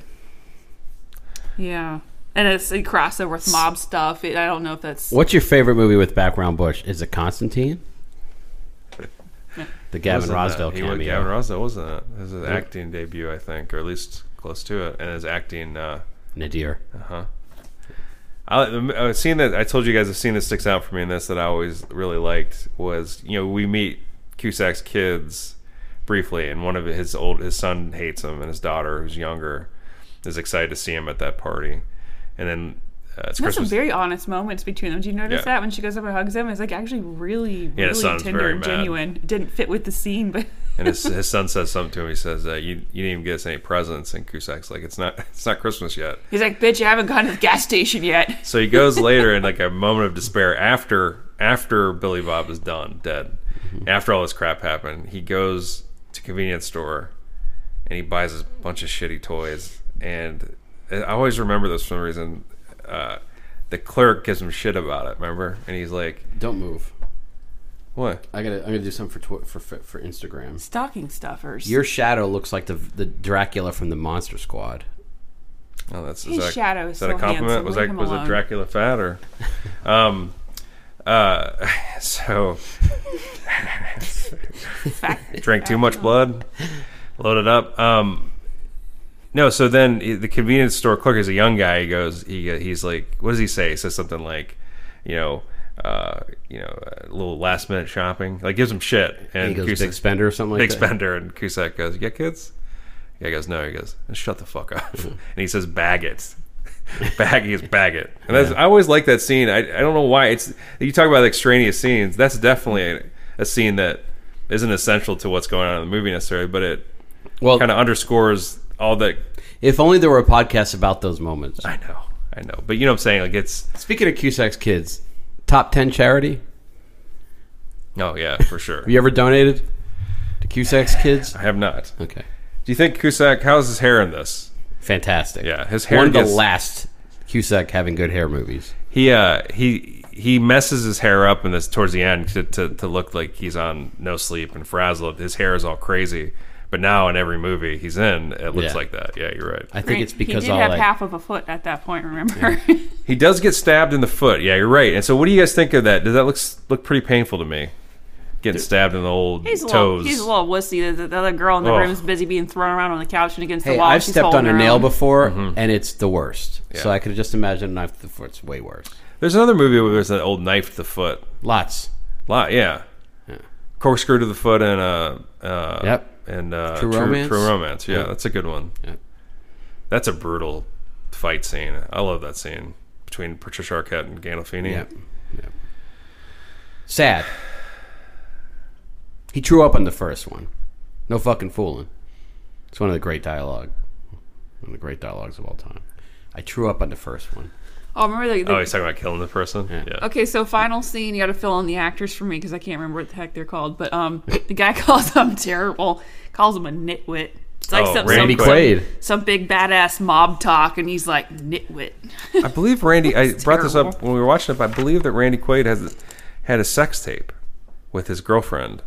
Speaker 5: yeah, and it's a crossover with mob stuff. It, I don't know if that's
Speaker 3: What's your favorite movie with background Bush? Is it Constantine? The Gavin
Speaker 4: Wasn't that-
Speaker 3: Rosdale
Speaker 4: he was-
Speaker 3: cameo.
Speaker 4: Gavin Rosdale wasn't it? It was his acting debut, I think, or at least close to it. And his acting, uh,
Speaker 3: Nadir.
Speaker 4: I, a scene that I told you guys, a scene that sticks out for me in this that I always really liked was, you know, we meet Cusack's kids briefly, and one of his old his son hates him, and his daughter, who's younger, is excited to see him at that party. And then uh, it's
Speaker 5: That's some
Speaker 4: Christmas.
Speaker 5: very honest moments between them. Do you notice
Speaker 4: Yeah.
Speaker 5: that when she goes up and hugs him? It's like actually really,
Speaker 4: Yeah, it
Speaker 5: really
Speaker 4: sounds
Speaker 5: tender
Speaker 4: very
Speaker 5: and
Speaker 4: mad.
Speaker 5: genuine. It Didn't fit with the scene, but
Speaker 4: and his, his son says something to him. He says, uh, "You you didn't even get us any presents." And Cusack's like, "It's not it's not Christmas yet."
Speaker 5: he's like, "Bitch, I haven't gone to the gas station yet."
Speaker 4: So he goes later in like a moment of despair after after Billy Bob is done dead, after all this crap happened. He goes to convenience store and he buys a bunch of shitty toys. And I always remember this for some reason. Uh, the clerk gives him shit about it. Remember? And he's like,
Speaker 3: Don't move.
Speaker 4: "What?
Speaker 3: I gotta. I'm gonna do something for tw- for for for Instagram.
Speaker 5: Stocking stuffers.
Speaker 3: Your shadow looks like the the Dracula from the Monster Squad.
Speaker 4: Oh, that's
Speaker 5: His
Speaker 4: is that,
Speaker 5: shadow is
Speaker 4: is that a
Speaker 5: so
Speaker 4: compliment?
Speaker 5: handsome.
Speaker 4: Was
Speaker 5: Leave
Speaker 4: that
Speaker 5: him
Speaker 4: was it
Speaker 5: alone.
Speaker 4: Dracula fat or? Um, uh, so
Speaker 5: fact.
Speaker 4: drank too much blood, loaded up. Um, no, so then he- the convenience store clerk is a young guy. He goes, he uh, he's like, what does he say? He says something like, you know, uh, you know, a little last minute shopping. Like gives him shit. And
Speaker 3: He goes
Speaker 4: Cusack-
Speaker 3: big spender or something like
Speaker 4: big
Speaker 3: that.
Speaker 4: spender. And Cusack goes, you got kids? The guy goes, no. He goes, "Then shut the fuck up. and he says, bag it. bag he goes, bag it. And that's, I always like that scene. I, I don't know why. It's you talk about extraneous scenes. That's definitely a, a scene that isn't essential to what's going on in the movie necessarily, but it
Speaker 3: Well,
Speaker 4: kind of underscores all that.
Speaker 3: if only there were a podcast about those moments.
Speaker 4: I know, I know, but you know what I'm saying. Like it's
Speaker 3: Speaking of Cusack's kids, top ten charity.
Speaker 4: oh yeah, for sure.
Speaker 3: Have you ever donated to Cusack's kids?
Speaker 4: I have not.
Speaker 3: Okay,
Speaker 4: Do you think Cusack? How's his hair in this?
Speaker 3: fantastic.
Speaker 4: Yeah, his hair
Speaker 3: One of the
Speaker 4: gets-
Speaker 3: last Cusack having good hair movies.
Speaker 4: He uh he he messes his hair up in this towards the end to, to, to look like he's on no sleep and frazzled. His hair is all crazy. But now in every movie he's in, it looks
Speaker 3: Yeah.
Speaker 4: like that. Yeah, you're right.
Speaker 3: I think it's because
Speaker 5: he did
Speaker 3: all
Speaker 5: have
Speaker 3: that.
Speaker 5: half of a foot at that point. Remember?
Speaker 4: He does get stabbed in the foot. Yeah, you're right. And so, what do you guys think of that? Does that look look pretty painful to me? Getting stabbed in the old
Speaker 5: he's a little,
Speaker 4: toes. Oh.
Speaker 5: he's a little wussy. The, the other girl in the
Speaker 4: Ugh.
Speaker 5: room is busy being thrown around on the couch and against
Speaker 3: Hey,
Speaker 5: the wall.
Speaker 3: I've
Speaker 5: She's
Speaker 3: stepped on
Speaker 5: holding
Speaker 3: a
Speaker 5: her
Speaker 3: nail
Speaker 5: own.
Speaker 3: before, and it's the worst. So
Speaker 4: Mm-hmm. Yeah.
Speaker 3: I could just imagine a knife to the foot. It's way worse.
Speaker 4: There's another movie where there's an old knife to the foot.
Speaker 3: Lots.
Speaker 4: Lot, yeah. Corkscrew to the foot and uh, uh
Speaker 3: Yep.
Speaker 4: and uh,
Speaker 3: True Romance?
Speaker 4: True romance. Yeah,
Speaker 3: Yeah.
Speaker 4: that's a good one.
Speaker 3: Yeah.
Speaker 4: That's a brutal fight scene. I love that scene between Patricia Arquette and Gandolfini.
Speaker 3: Yep. Yep. Sad. He drew up on the first one. No fucking fooling. It's one of the great dialogue. One of the great dialogues of all time. I drew up on the first one.
Speaker 5: Oh, remember the, the
Speaker 4: Oh, he's talking about killing the person. Yeah.
Speaker 5: Okay, so final scene. You got to fill in the actors for me because I can't remember what the heck they're called. But um, the guy calls him terrible, calls him a nitwit. It's like
Speaker 4: Oh,
Speaker 5: some,
Speaker 4: Randy
Speaker 5: some,
Speaker 3: Quaid.
Speaker 5: some big badass mob talk, and he's like nitwit.
Speaker 4: I believe Randy. I brought this up
Speaker 5: terrible.
Speaker 4: when we were watching it. But I believe that Randy Quaid has had a sex tape with his girlfriend.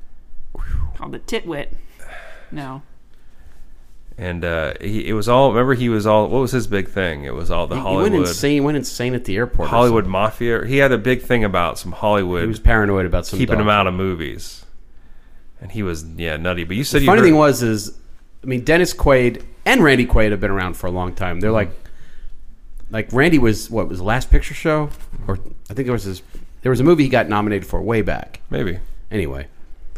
Speaker 5: called the titwit. No,
Speaker 4: and uh, he, it was all. Remember, he was all. What was his big thing? It was all the
Speaker 3: He went
Speaker 4: Hollywood
Speaker 3: insane. He went insane at the airport. or
Speaker 4: Hollywood
Speaker 3: something.
Speaker 4: mafia. He had a big thing about some
Speaker 3: He
Speaker 4: Hollywood
Speaker 3: was paranoid about some
Speaker 4: keeping him
Speaker 3: dog.
Speaker 4: out of movies, and he was yeah nutty. But you said you
Speaker 3: Funny
Speaker 4: heard,
Speaker 3: thing was is, I mean, Dennis Quaid and Randy Quaid have been around for a long time.
Speaker 4: Mm-hmm.
Speaker 3: They're like, like Randy was what was the last picture show, or I think there was his, there was a movie he got nominated for way back.
Speaker 4: maybe
Speaker 3: Anyway,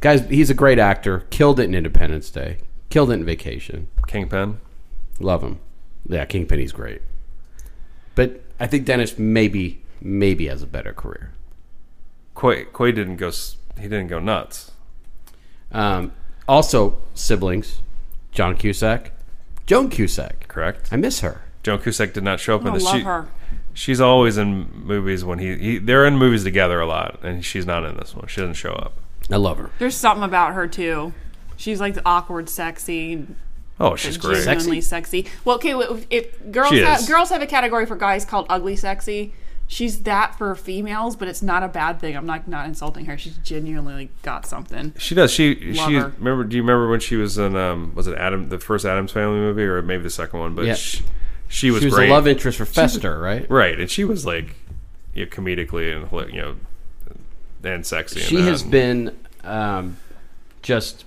Speaker 3: guys, he's a great actor. Killed it in Independence Day. Killed it in Vacation.
Speaker 4: Kingpin.
Speaker 3: Love him. Yeah, Kingpin, he's great. But I think Dennis maybe maybe has a better career.
Speaker 4: Quaid, Quaid didn't go. s- He didn't go nuts.
Speaker 3: Um, also, siblings, John Cusack, Joan Cusack.
Speaker 4: Correct.
Speaker 3: I miss her.
Speaker 4: Joan Cusack did not show up
Speaker 5: I
Speaker 4: in this.
Speaker 5: love
Speaker 4: She-
Speaker 5: her.
Speaker 4: She's always in movies when he, he they're in movies together a lot, and she's not in this one. She doesn't show up.
Speaker 3: I love her.
Speaker 5: There's something about her too. She's like the awkward, sexy,
Speaker 4: Oh, she's great.
Speaker 5: genuinely sexy. Well, okay, if, if girls
Speaker 4: She
Speaker 5: have,
Speaker 4: is.
Speaker 5: girls have a category for guys called ugly sexy. She's that for females, but it's not a bad thing. I'm like not insulting her. She's genuinely got something.
Speaker 4: She does. She
Speaker 5: Love
Speaker 4: she
Speaker 5: her.
Speaker 4: remember. Do you remember when she was in um was it Adam the first Adams Family movie or maybe the second one? But
Speaker 3: Yeah.
Speaker 4: she, she was
Speaker 3: She was
Speaker 4: great,
Speaker 3: a love interest for Fester, right?
Speaker 4: right? And she was like, you know, comedically and hila- you know, and sexy.
Speaker 3: She
Speaker 4: and
Speaker 3: has
Speaker 4: that.
Speaker 3: been um, just,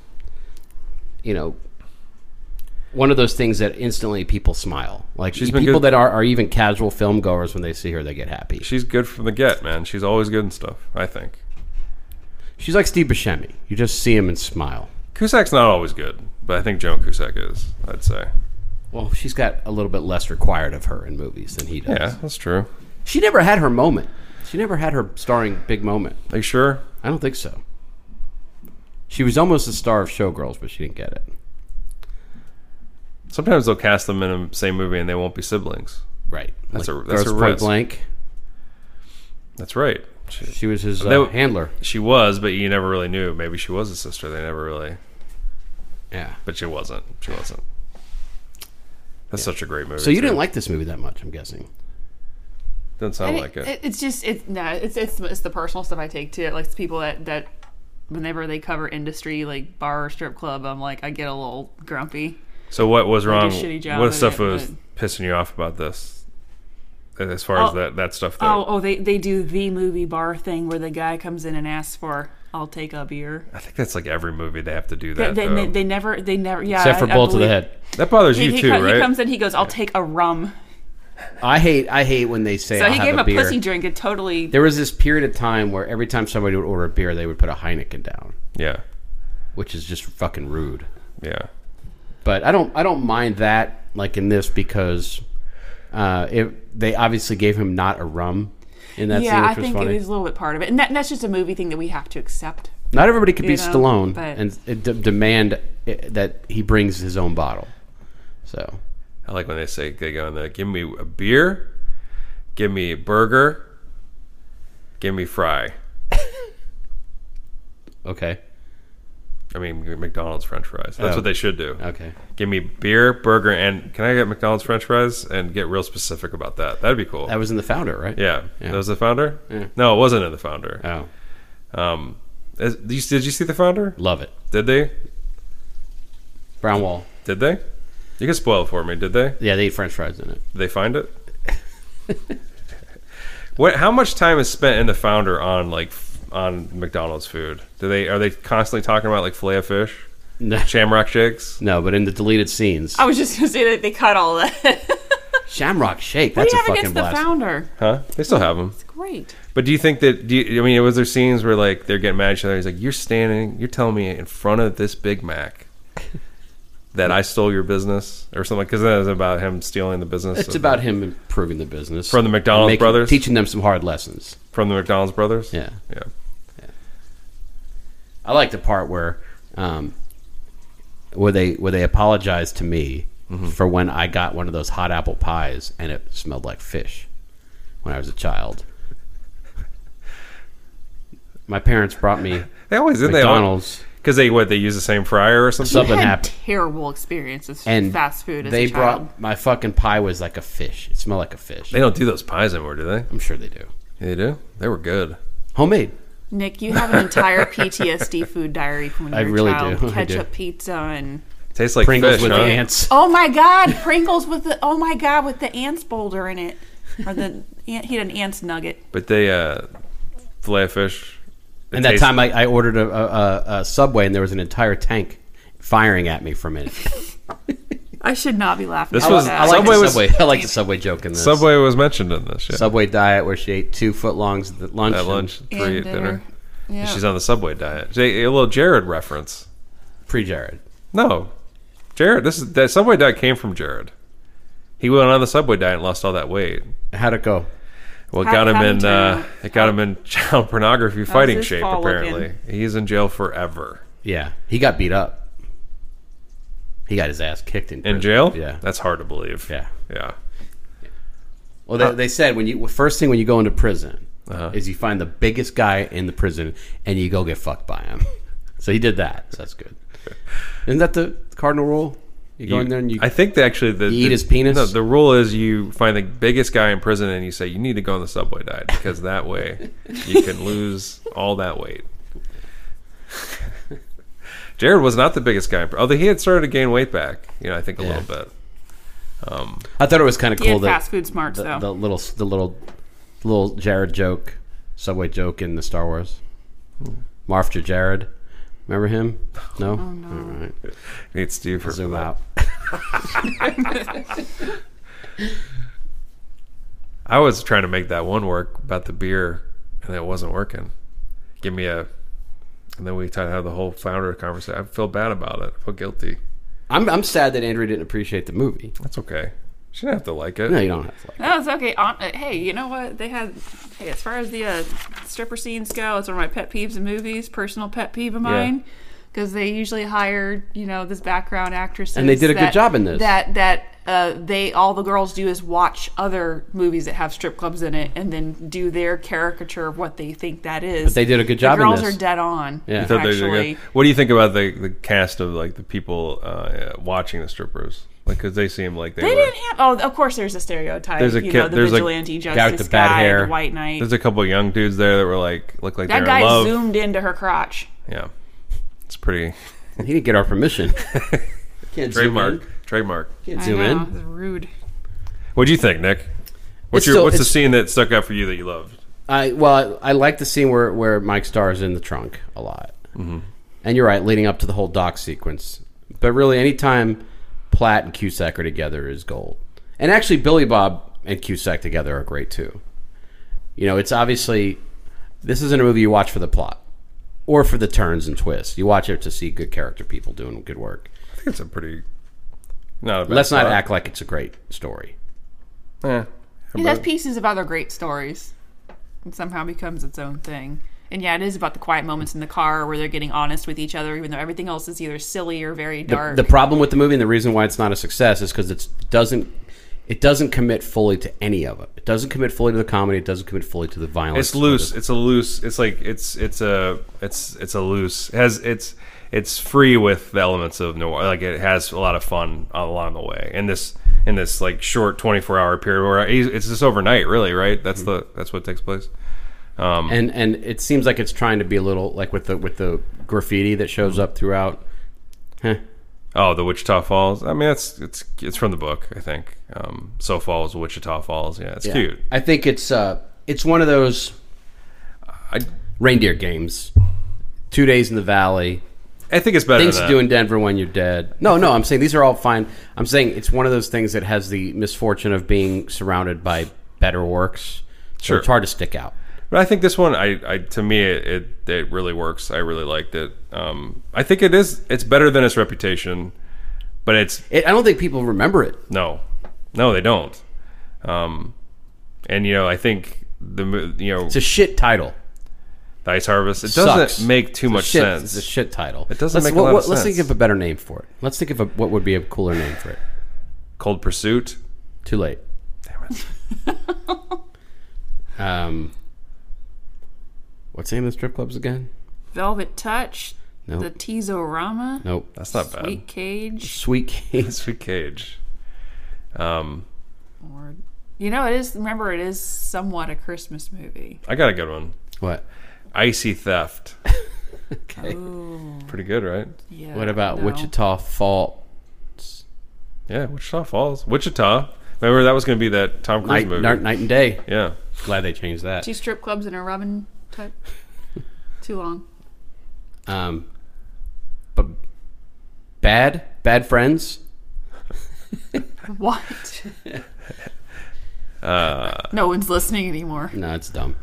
Speaker 3: you know, one of those things that instantly people smile. Like
Speaker 4: She's been
Speaker 3: people
Speaker 4: good-
Speaker 3: that are, are even casual film goers when they see her, they get happy.
Speaker 4: She's good from the get, man. She's always good and stuff. I think
Speaker 3: She's like Steve Buscemi. You just see him and smile.
Speaker 4: Cusack's not always good, but I think Joan Cusack is. I'd say
Speaker 3: Well, she's got a little bit less required of her in movies than he does.
Speaker 4: Yeah, that's true.
Speaker 3: She never had her moment. She never had her starring big moment.
Speaker 4: Are you sure?
Speaker 3: I don't think so. She was almost a star of Showgirls, but she didn't get it.
Speaker 4: Sometimes they'll cast them in the same movie and they won't be siblings.
Speaker 3: Right.
Speaker 4: That's a- that's
Speaker 3: Girls
Speaker 4: a
Speaker 3: Point
Speaker 4: risk.
Speaker 3: Blank.
Speaker 4: That's right. She,
Speaker 3: She was his uh,
Speaker 4: They w-
Speaker 3: handler.
Speaker 4: she was, but you never really knew. Maybe she was a sister. They never really,
Speaker 3: Yeah.
Speaker 4: but she wasn't. She wasn't. That's such a great movie.
Speaker 3: So you
Speaker 4: too.
Speaker 3: didn't like this movie that much, I'm guessing.
Speaker 4: Doesn't
Speaker 5: I
Speaker 4: sound
Speaker 5: mean,
Speaker 4: like it.
Speaker 5: It's just it's no, it's it's it's the personal stuff I take to it. Like it's people that that whenever they cover industry like bar or strip club, I'm like I get a little grumpy.
Speaker 4: So what was
Speaker 5: a
Speaker 4: wrong?
Speaker 5: shitty job
Speaker 4: What
Speaker 5: at
Speaker 4: stuff
Speaker 5: it,
Speaker 4: was pissing you off about this? As far as
Speaker 5: Oh.
Speaker 4: that that stuff. That,
Speaker 5: Oh oh they they do the movie bar thing where the guy comes in and asks for I'll take a beer.
Speaker 4: I think that's like every movie they have to do
Speaker 5: They,
Speaker 4: that.
Speaker 5: they,
Speaker 4: though.
Speaker 5: they, they never they never yeah
Speaker 3: Except for
Speaker 5: I- I
Speaker 3: Bull to the
Speaker 5: believe-
Speaker 3: Head.
Speaker 4: that bothers
Speaker 5: He,
Speaker 4: you
Speaker 5: he,
Speaker 4: too,
Speaker 5: co- he
Speaker 4: right?
Speaker 5: comes in he goes I'll take a rum.
Speaker 3: I hate I hate when they say
Speaker 5: So
Speaker 3: I'll
Speaker 5: he
Speaker 3: have
Speaker 5: gave him
Speaker 3: a
Speaker 5: a
Speaker 3: beer.
Speaker 5: pussy drink and totally
Speaker 3: There was this period of time where every time somebody would order a beer, they would put a Heineken down,
Speaker 4: yeah,
Speaker 3: which is just fucking rude.
Speaker 4: yeah.
Speaker 3: But I don't I don't mind that like in this because uh, it, they obviously gave him not a rum in that scene,
Speaker 5: yeah I
Speaker 3: which was
Speaker 5: think
Speaker 3: funny.
Speaker 5: it was a little bit part of it, and that, that's just a movie thing that we have to accept.
Speaker 3: Not everybody could be
Speaker 5: You know,
Speaker 3: Stallone
Speaker 5: but-
Speaker 3: and and d- demand i that he brings his own bottle. So
Speaker 4: I like when they say they go in there. Give me a beer, give me a burger, give me fry.
Speaker 3: okay,
Speaker 4: I mean give me McDonald's French fries. That's
Speaker 3: Oh.
Speaker 4: what they should do.
Speaker 3: okay.
Speaker 4: Give me beer, burger, and can I get McDonald's French fries and get real specific about that? That'd be cool.
Speaker 3: That was in the founder, right?
Speaker 4: yeah.
Speaker 3: Yeah.
Speaker 4: that was the founder. No, it wasn't in the founder.
Speaker 3: Oh,
Speaker 4: Um, is- did you, did you see the founder?
Speaker 3: love it.
Speaker 4: Did they?
Speaker 3: Brown wall.
Speaker 4: Did they? You can spoil it for me. Did they? Did
Speaker 3: Yeah, they eat French fries in it.
Speaker 4: they find it? what? How much time is spent in the founder on like f- on McDonald's food? Do they are they constantly talking about like filet of fish,
Speaker 3: No,
Speaker 4: shamrock shakes?
Speaker 3: no, but in the deleted scenes,
Speaker 5: I was just gonna say that they cut all that.
Speaker 3: Shamrock Shake.
Speaker 5: what do
Speaker 3: That's
Speaker 5: you
Speaker 3: a
Speaker 5: have
Speaker 3: fucking
Speaker 5: against
Speaker 3: blast.
Speaker 5: the founder?
Speaker 4: Huh? They still have them.
Speaker 5: It's great.
Speaker 4: But do you think that? Do you, I mean, was there scenes where like they're getting mad at each other? He's like, "You're standing. You're telling me in front of this Big Mac." That I stole your business or something, because that is about him stealing the business.
Speaker 3: it's
Speaker 4: of-
Speaker 3: about him improving the business
Speaker 4: From the McDonald's
Speaker 3: Making-
Speaker 4: brothers?
Speaker 3: teaching them some hard lessons.
Speaker 4: from the McDonald's brothers.
Speaker 3: Yeah.
Speaker 4: yeah.
Speaker 3: I like the part where um, where they where they apologized to me
Speaker 4: Mm-hmm.
Speaker 3: for when I got one of those hot apple pies and it smelled like fish when I was a child. My parents brought me
Speaker 4: They always did.
Speaker 3: McDonald's.
Speaker 4: because they what they use the same fryer or something.
Speaker 3: Something
Speaker 5: I had
Speaker 3: happened.
Speaker 5: terrible experiences
Speaker 3: And
Speaker 5: and fast food as
Speaker 3: they
Speaker 5: a child.
Speaker 3: brought my fucking pie was like a fish. It smelled like a fish.
Speaker 4: They don't do those pies anymore, do they?
Speaker 3: I'm sure they do.
Speaker 4: They do. They were good.
Speaker 3: Homemade.
Speaker 5: Nick, you have an entire PTSD food diary from when
Speaker 3: I
Speaker 5: you were
Speaker 3: really
Speaker 5: a child.
Speaker 3: do. I do.
Speaker 5: Ketchup pizza and
Speaker 4: Tastes like
Speaker 3: Pringles
Speaker 4: fish,
Speaker 3: with
Speaker 4: huh?
Speaker 3: ants.
Speaker 5: oh my god, Pringles with the oh my god with the ants boulder in it, or the ant- he had an ants nugget.
Speaker 4: But they uh, fillet of fish. it
Speaker 3: And that
Speaker 4: tastes-
Speaker 3: time I, I ordered a, a, a, a Subway and there was an entire tank firing at me from it.
Speaker 5: I should not be laughing.
Speaker 4: This
Speaker 5: at
Speaker 4: was-
Speaker 3: I
Speaker 5: that.
Speaker 3: like
Speaker 4: Subway
Speaker 3: the
Speaker 4: was-
Speaker 3: Subway. I like the Subway joke in this.
Speaker 4: Subway was mentioned in this. Yeah.
Speaker 3: Subway diet where she ate two footlongs at lunch.
Speaker 4: at
Speaker 3: and
Speaker 4: lunch, three
Speaker 5: And
Speaker 4: at dinner.
Speaker 5: dinner. Yeah.
Speaker 4: She's on the Subway diet. They- A little Jared reference.
Speaker 3: Pre Jared.
Speaker 4: No, Jared. This is that Subway diet came from Jared. He went on the Subway diet and lost all that weight.
Speaker 3: How'd it go?
Speaker 4: Well, it
Speaker 5: How-
Speaker 4: got him
Speaker 5: how
Speaker 4: in.
Speaker 5: did
Speaker 4: Uh,
Speaker 5: you-
Speaker 4: it got him in child pornography fighting
Speaker 5: his
Speaker 4: shape.
Speaker 5: fall looking?
Speaker 4: Apparently, he's in jail forever.
Speaker 3: Yeah. He got beat up. He got his ass kicked in,
Speaker 4: In
Speaker 3: prison.
Speaker 4: jail?
Speaker 3: Yeah.
Speaker 4: That's hard to believe.
Speaker 3: Yeah.
Speaker 4: Yeah.
Speaker 3: Well,
Speaker 4: Uh,
Speaker 3: they, they said when you first thing when you go into prison
Speaker 4: Uh-huh.
Speaker 3: is you find the biggest guy in the prison and you go get fucked by him. so he did that. So that's good. Isn't that the cardinal rule? You go
Speaker 4: You-
Speaker 3: in there and you
Speaker 4: I think they actually the,
Speaker 3: You eat
Speaker 4: the-
Speaker 3: his penis?
Speaker 4: No, the rule is you find the biggest guy in prison and you say you need to go on the subway diet because that way you can lose all that weight. Jared was not the biggest guy, in pr- although he had started to gain weight back. You know, I think a
Speaker 3: Yeah.
Speaker 4: little bit.
Speaker 3: I thought it was kind of
Speaker 5: He
Speaker 3: cool
Speaker 5: had
Speaker 3: that
Speaker 5: fast food smarts
Speaker 3: the,
Speaker 5: though.
Speaker 3: the little the little little Jared joke, Subway joke in the Star Wars.
Speaker 4: Hmm.
Speaker 3: Marf to Jared, remember him?
Speaker 5: Oh,
Speaker 3: No. All right.
Speaker 4: Need Steve for
Speaker 3: Zoom
Speaker 4: that.
Speaker 3: out.
Speaker 4: I was trying to make that one work about the beer, and it wasn't working. Give me a, and then we tried to have the whole founder conversation. I feel bad about it. I feel guilty.
Speaker 3: I'm, I'm sad that Andrea didn't appreciate the movie.
Speaker 4: That's okay. She didn't have to like it.
Speaker 3: No, you don't have to. Like,
Speaker 5: No, it's okay. Um, uh, hey, you know what? They had. Hey, as far as the uh, stripper scenes go, it's one of my pet peeves in movies. Personal pet peeve of mine. Because they usually hired, you know, this background actresses,
Speaker 3: And they did a good
Speaker 5: that-
Speaker 3: job in this.
Speaker 5: That that uh, they all the girls do is watch other movies that have strip clubs in it, and then do their caricature of what they think that is. But
Speaker 3: they did a good job in
Speaker 5: The girls
Speaker 3: this.
Speaker 5: are dead on.
Speaker 3: Yeah. You
Speaker 4: Thought they did
Speaker 5: actually.
Speaker 4: good. What do you think about the, the cast of like the people uh, uh, watching the strippers? Like, because they seem like they,
Speaker 5: They
Speaker 4: were.
Speaker 5: didn't have. Oh, of course, there's a stereotype.
Speaker 4: There's a
Speaker 5: you
Speaker 4: kid-
Speaker 5: know, the
Speaker 4: there's a
Speaker 5: vigilante justice
Speaker 3: guy with the bad
Speaker 5: guy,
Speaker 3: hair.
Speaker 5: the white knight.
Speaker 4: There's a couple of young dudes there that were like look like
Speaker 5: that
Speaker 4: they're in
Speaker 5: guy
Speaker 4: love.
Speaker 5: zoomed into her crotch.
Speaker 4: Yeah, it's pretty
Speaker 3: he didn't get our permission. Can't zoom in.
Speaker 4: trademark. Trademark.
Speaker 3: Can't
Speaker 5: I
Speaker 3: zoom
Speaker 5: know,
Speaker 3: in.
Speaker 5: it's rude.
Speaker 4: What do you think, Nick? What's
Speaker 3: It's
Speaker 4: your
Speaker 3: still-
Speaker 4: What's the
Speaker 3: it's-
Speaker 4: scene that stuck out for you that you loved?
Speaker 3: I well, I, I like the scene where where Mike Starr is in the trunk a lot, and you're right, leading up to the whole doc sequence. But really, anytime Platt and Cusack are together is gold. And actually, Billy Bob and Cusack together are great too. You know, it's obviously this isn't a movie you watch for the plot or for the turns and twists. You watch it to see good character people doing good work.
Speaker 4: I think it's a pretty not a bad.
Speaker 3: Let's not
Speaker 4: thought.
Speaker 3: act like it's a great story.
Speaker 4: Eh.
Speaker 5: It has pieces of other great stories, and somehow becomes its own thing. And yeah, it is about the quiet moments in the car where they're getting honest with each other, even though everything else is either silly or very
Speaker 3: the,
Speaker 5: dark.
Speaker 3: the problem with the movie and the reason why it's not a success is because it doesn't it doesn't commit fully to any of it. It doesn't commit fully to the comedy. It doesn't commit fully to the violence.
Speaker 4: It's loose. It's a loose. It's like it's it's a it's it's a loose. It has it's it's free with the elements of noir. Like it has a lot of fun along the way. In this in this like short twenty four hour period where it's it's just overnight, really. Right? That's
Speaker 3: Mm-hmm.
Speaker 4: the that's what takes place.
Speaker 3: and and it seems like it's trying to be a little like with the with the graffiti that shows up throughout. Heh.
Speaker 4: Oh, the Wichita Falls. I mean, that's it's it's from the book. I think. Um, so Falls, Wichita Falls. Yeah, it's cute.
Speaker 3: I think it's uh it's one of those
Speaker 4: I
Speaker 3: reindeer games. Two days in the valley.
Speaker 4: I think it's better.
Speaker 3: Things
Speaker 4: than
Speaker 3: to
Speaker 4: that.
Speaker 3: do in Denver when you're dead. No, no, I'm saying these are all fine. I'm saying it's one of those things that has the misfortune of being surrounded by better works. So
Speaker 4: Sure.
Speaker 3: it's hard to stick out.
Speaker 4: But I think this one, I, I to me, it, it it really works. I really liked it. Um, I think it is. It's better than its reputation, but it's
Speaker 3: It, I don't think people remember it.
Speaker 4: no, no, they don't. Um, and you know, I think the mo- you know
Speaker 3: It's a shit title.
Speaker 4: Ice Harvest. It doesn't
Speaker 3: Sucks.
Speaker 4: make too
Speaker 3: It's a
Speaker 4: much
Speaker 3: shit-
Speaker 4: sense.
Speaker 3: It's a shit title. It
Speaker 4: doesn't
Speaker 3: let's,
Speaker 4: make a
Speaker 3: what,
Speaker 4: lot of
Speaker 3: what- Let's
Speaker 4: sense.
Speaker 3: think of a better name for it. Let's think of a, what would be a cooler name for it.
Speaker 4: Cold Pursuit.
Speaker 3: Too late.
Speaker 4: Damn it.
Speaker 3: Um, what's the name of the strip clubs again?
Speaker 5: Velvet Touch,
Speaker 3: Nope.
Speaker 5: the Tizorama,
Speaker 3: Nope.
Speaker 4: That's not bad.
Speaker 5: Sweet Cage.
Speaker 3: Sweet Case.
Speaker 4: Sweet Cage. Um,
Speaker 5: Or, you know, it is. Remember, it is somewhat a Christmas movie.
Speaker 4: I got a good one.
Speaker 3: What?
Speaker 4: Icy Theft.
Speaker 3: Okay.
Speaker 4: Pretty good, right?
Speaker 5: Yeah.
Speaker 3: What about
Speaker 5: no.
Speaker 3: Wichita Fall
Speaker 4: Yeah, Wichita Falls. Wichita. Remember that was going to be that Tom Cruise
Speaker 3: night,
Speaker 4: movie.
Speaker 3: night, night and Day?
Speaker 4: Yeah.
Speaker 3: Glad they changed that.
Speaker 5: Two strip clubs and a rubbing type. Too long.
Speaker 3: Um, but bad, bad friends.
Speaker 5: What? no one's listening anymore.
Speaker 3: No, it's dumb.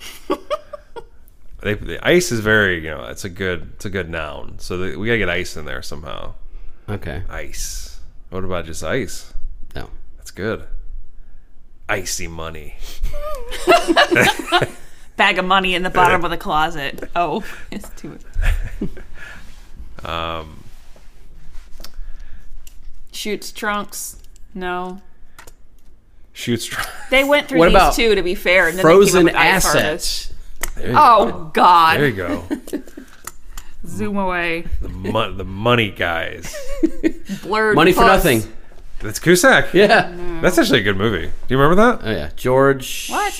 Speaker 4: they, the ice is very you know it's a good it's a good noun so they, we gotta get ice in there somehow
Speaker 3: Okay.
Speaker 4: ice what about just ice
Speaker 3: No.
Speaker 4: that's good icy money
Speaker 5: Bag of money in the bottom of the closet. Oh, it's too. um. Shoots trunks. No,
Speaker 4: shoots tr-
Speaker 5: they went through
Speaker 3: What
Speaker 5: these
Speaker 3: about
Speaker 5: two to be fair. And then
Speaker 3: Frozen
Speaker 5: they came up with Ice Harvest.
Speaker 3: assets.
Speaker 4: there you go.
Speaker 5: Oh
Speaker 4: there you
Speaker 5: God!
Speaker 4: go
Speaker 5: Zoom away.
Speaker 4: the, mon- the money guys
Speaker 5: Blurred.
Speaker 3: Money for
Speaker 5: puss.
Speaker 3: nothing.
Speaker 4: that's Cusack
Speaker 3: Yeah.
Speaker 4: that's actually a good movie do you remember that
Speaker 3: Oh yeah. George.
Speaker 5: What?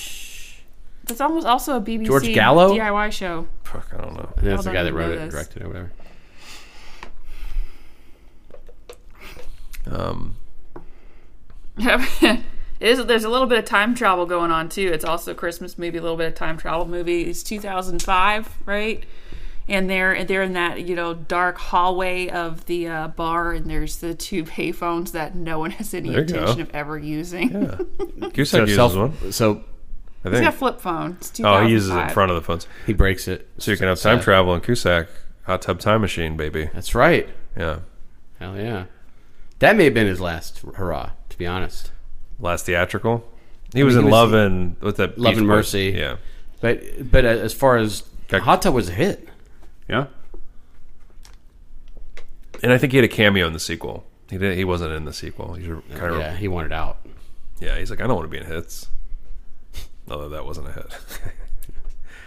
Speaker 5: That's almost also a BBC
Speaker 3: George Gallo?
Speaker 5: DIY show.
Speaker 4: Fuck, I don't know
Speaker 3: I think That's
Speaker 5: Hold
Speaker 3: the
Speaker 5: on,
Speaker 3: guy
Speaker 5: I
Speaker 3: that wrote
Speaker 5: know
Speaker 3: it, and
Speaker 5: this.
Speaker 3: directed it, or whatever.
Speaker 4: um
Speaker 5: it is, there's a little bit of time travel going on too. It's also a Christmas movie, a little bit of time travel movie. It's 2005, right? And they're they're in that you know dark hallway of the uh, bar, and there's the two payphones that no one has any
Speaker 4: There you go.
Speaker 5: intention of ever using. He's
Speaker 4: Cusack uses
Speaker 3: self-
Speaker 4: one
Speaker 3: so
Speaker 4: I
Speaker 5: got a
Speaker 4: think
Speaker 5: flip phone. It's
Speaker 4: oh he uses it in
Speaker 5: 2005.
Speaker 4: front of the phones
Speaker 3: he breaks it.
Speaker 4: so you can have time travel in Cusack hot tub time machine baby
Speaker 3: That's right.
Speaker 4: yeah
Speaker 3: Hell yeah. That may have been his last hurrah, to be honest.
Speaker 4: Last theatrical. He was
Speaker 3: he
Speaker 4: in
Speaker 3: was-
Speaker 4: Love and with that
Speaker 3: Love
Speaker 4: Beach
Speaker 3: and
Speaker 4: Boys.
Speaker 3: Mercy.
Speaker 4: Yeah,
Speaker 3: But but as far as
Speaker 4: Got-
Speaker 3: Hot Tub was a hit,
Speaker 6: Yeah.
Speaker 4: and I think he had a cameo in the sequel. He didn't. He wasn't in the sequel. He's kind of
Speaker 3: yeah, he wanted out.
Speaker 4: Yeah, he's like, I don't want to be in hits. Although that wasn't a hit